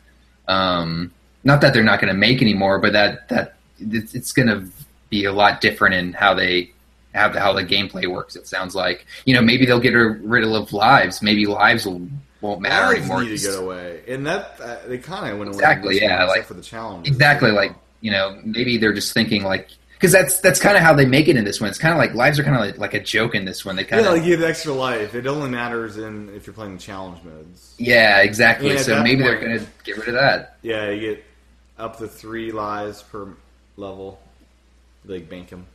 S3: Um, not that they're not going to make anymore, but that that it's, it's going to be a lot different in how they have how the gameplay works. It sounds like you know maybe they'll get rid of lives. Maybe lives will won't matter
S2: Lives
S3: anymore.
S2: need to get away, and that uh, they kind of went away
S3: Exactly,
S2: initially,
S3: yeah,
S2: except
S3: like-
S2: for the challenge.
S3: Exactly, like you know, maybe they're just thinking like because that's that's kind of how they make it in this one. It's kind of like lives are kind of like, like a joke in this one. They kind
S2: yeah,
S3: of
S2: like you have extra life. It only matters in if you're playing the challenge modes.
S3: Yeah, exactly.
S2: Yeah, at
S3: so
S2: that
S3: maybe they're
S2: point-
S3: going to get rid of that.
S2: Yeah, you get up to three lives per level. Like bank them.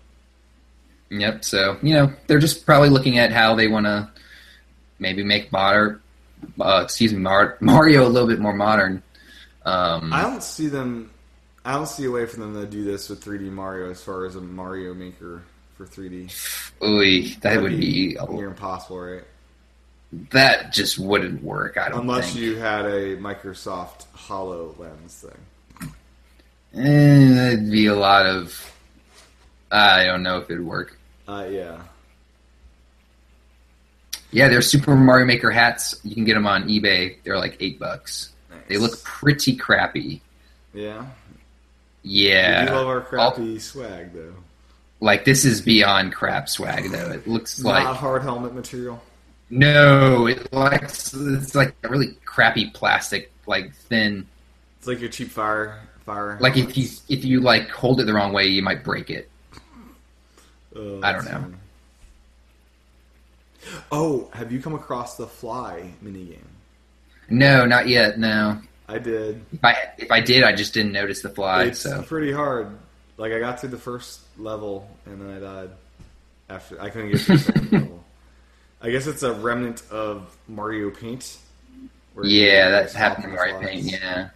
S3: Yep. So you know they're just probably looking at how they want to maybe make modern, uh, excuse me, Mar- Mario a little bit more modern. Um,
S2: I don't see them. I don't see a way for them to do this with 3D Mario as far as a Mario Maker for 3D.
S3: ooh, that
S2: That'd
S3: would be
S2: near impossible, right?
S3: that just wouldn't work. I don't
S2: Unless
S3: think.
S2: you had a Microsoft Hollow Lens thing.
S3: Eh, that'd be a lot of. I don't know if it'd work.
S2: Uh, yeah.
S3: Yeah, there's Super Mario Maker hats. You can get them on eBay. They're like eight bucks. They
S2: Nice.
S3: look pretty crappy.
S2: Yeah.
S3: Yeah,
S2: We do love our
S3: All-
S2: crappy swag, though.
S3: like this is beyond crap swag though. It looks like
S2: Not hard helmet material.
S3: no, it likes it's like a really crappy plastic, like thin.
S2: It's like your cheap fire. Fire.
S3: Like if you if you like hold it the wrong way, you might break it.
S2: Oh,
S3: I don't
S2: that's
S3: know.
S2: funny. Oh, have you come across the fly minigame?
S3: No, not yet. No.
S2: I did.
S3: If I, if I did, I just didn't notice the fly.
S2: It's
S3: so
S2: pretty hard. Like I got through the first level and then I died. After I couldn't get through the second level. I guess it's a remnant of Mario Paint. where you
S3: yeah, that
S2: stop
S3: happened in
S2: the
S3: Mario
S2: flies.
S3: Paint. Yeah,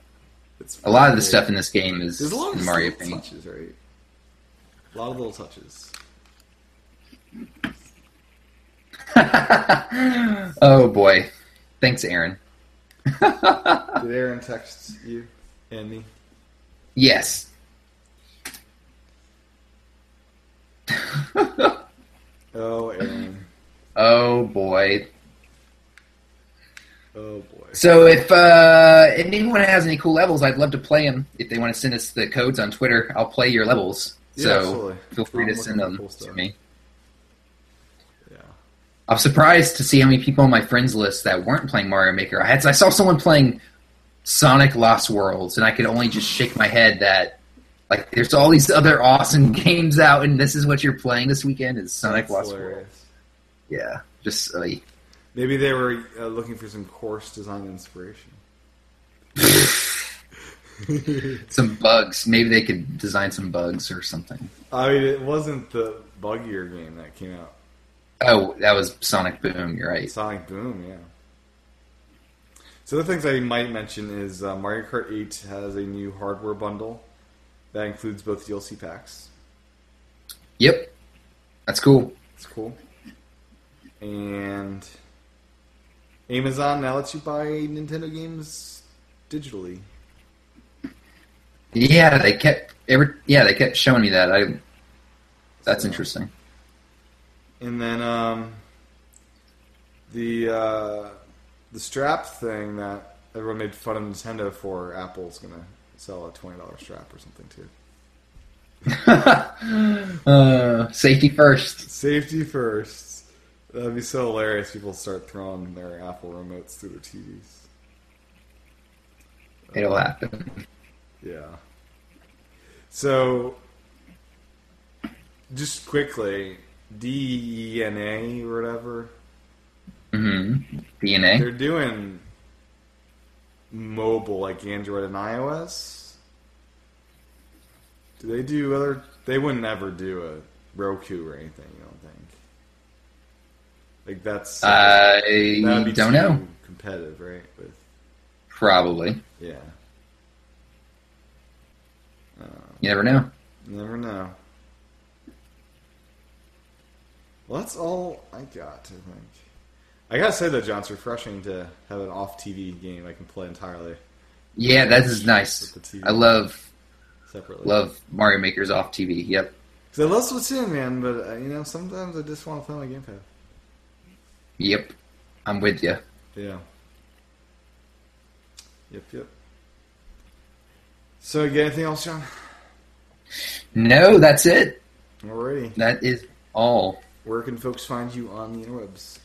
S2: It's
S3: a lot of
S2: weird.
S3: the stuff in this game is
S2: There's a lot of
S3: in Mario
S2: little
S3: Paint.
S2: touches, right? A lot of little touches.
S3: Oh boy, thanks, Aaron.
S2: Did Aaron text you and me?
S3: Yes,
S2: Oh, Aaron.
S3: Oh boy.
S2: Oh boy.
S3: So if uh, if anyone has any cool levels, I'd love to play them. If they want to send us the codes on Twitter, I'll play your levels.
S2: Yeah,
S3: so
S2: absolutely.
S3: feel free
S2: I'm
S3: to
S2: looking
S3: send
S2: for
S3: them
S2: cool
S3: to
S2: stuff.
S3: me.
S2: Yeah.
S3: I'm surprised to see how many people on my friends list that weren't playing Mario Maker. I had I saw someone playing Sonic Lost Worlds, and I could only just shake my head that like there's all these other awesome games out, and this is what you're playing this weekend is Sonic
S2: That's
S3: Lost Worlds.
S2: hilarious.
S3: Yeah, just silly.
S2: Maybe they were uh, looking for some course design inspiration.
S3: some bugs. Maybe they could design some bugs or something.
S2: I mean, it wasn't the buggier game that came out.
S3: Oh, that was Sonic Boom. You're right.
S2: Sonic Boom, yeah. So the things I might mention is uh, Mario Kart 8 has a new hardware bundle that includes both DLC packs.
S3: Yep, that's cool.
S2: It's cool. And Amazon now lets you buy Nintendo games digitally.
S3: Yeah, they kept every. Yeah, they kept showing me that. I. That's interesting.
S2: And then um, the uh, the strap thing that everyone made fun of Nintendo for, Apple's gonna sell a twenty dollar strap or something too.
S3: Uh, safety first.
S2: Safety first. That'd be so hilarious. People start throwing their Apple remotes through their TVs.
S3: It'll happen.
S2: Yeah. So, just quickly, DENA or whatever,
S3: Mm-hmm. DNA.
S2: they're doing mobile, like Android and iOS. Do they do other? They wouldn't ever do a Roku or anything. You don't think? Like that's That would
S3: I
S2: be
S3: Uh, don't
S2: too
S3: know.
S2: Competitive, right? With
S3: Probably.
S2: yeah,
S3: You never know.
S2: never know. Well, that's all I got. I think. I gotta say though, John, it's refreshing to have an off-TV game I can play entirely
S3: Yeah, that is nice.
S2: With the TV.
S3: I love
S2: separately.
S3: love Mario Maker's off TV. Yep.
S2: 'Cause I love Splatoon, man, but uh, you know sometimes I just want to play my gamepad.
S3: Yep. I'm with you.
S2: Yeah. Yep, yep. So, you got anything else, John?
S3: No, that's it.
S2: Alrighty.
S3: That is all.
S2: Where can folks find you on the interwebs?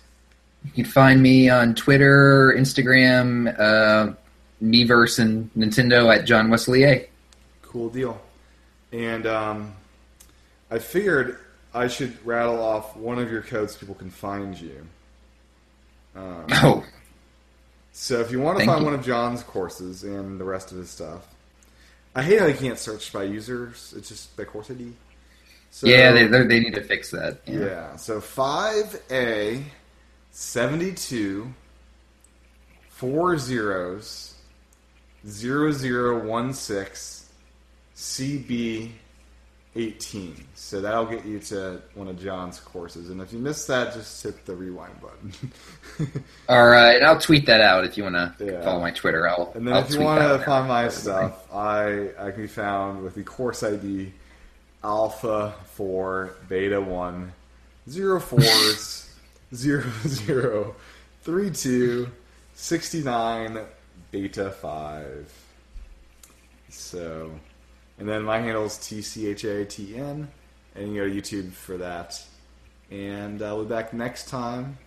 S3: You can find me on Twitter, Instagram, uh, Meverse, and Nintendo at John Wesley A.
S2: Cool deal. And um, I figured I should rattle off one of your codes so people can find you.
S3: Oh,
S2: So if you want to
S3: Thank
S2: find
S3: you.
S2: one of John's courses and the rest of his stuff, I hate how you can't search by users. It's just by course ID. So,
S3: yeah, they, they're- they need to fix that. Yeah.
S2: Yeah. So five A, seventy two, four zeros, zero zero one six, CB eighteen. So that'll get you to one of John's courses. And if you miss that, just hit the rewind button.
S3: All right, I'll tweet that out if you want to
S2: Yeah.
S3: follow my Twitter. I'll.
S2: And then
S3: I'll
S2: if you
S3: tweet
S2: want
S3: that
S2: to
S3: out.
S2: find my stuff, I I can be found with the course ID Alpha Four Beta One Zero Fours Zero Zero Three Two Sixty Nine Beta Five. So, and then my handle is tchatn, and you go to YouTube for that. And I'll be back next time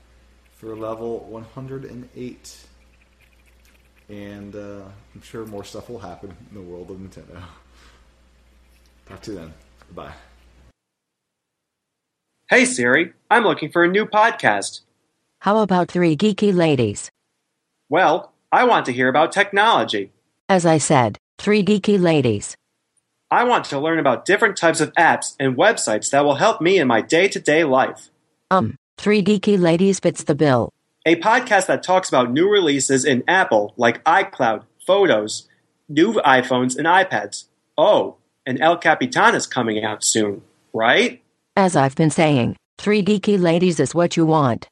S2: for level 108 and uh, I'm sure more stuff will happen in the world of Nintendo. Talk to you then. Bye.
S4: Hey Siri, I'm looking for a new podcast. How about three geeky ladies?
S5: Well, I want to hear about technology.
S4: As I said, three geeky ladies.
S5: I want to learn about different types of apps and websites that will help me in my day to day life.
S4: Um, three geeky ladies fits the bill.
S5: A podcast that talks about new releases in Apple, like iCloud, Photos, new iPhones, and iPads. Oh, and El Capitan is coming out soon, right?
S4: As I've been saying, three geeky ladies is what you want.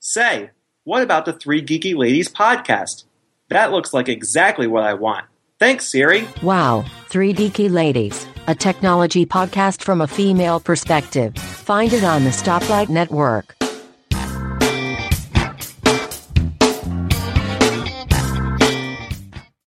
S5: Say, what about the Three Geeky Ladies podcast? That looks like exactly what I want. Thanks, Siri.
S4: Wow, Three Geeky Ladies, a technology podcast from a female perspective. Find it on the Stoplight Network.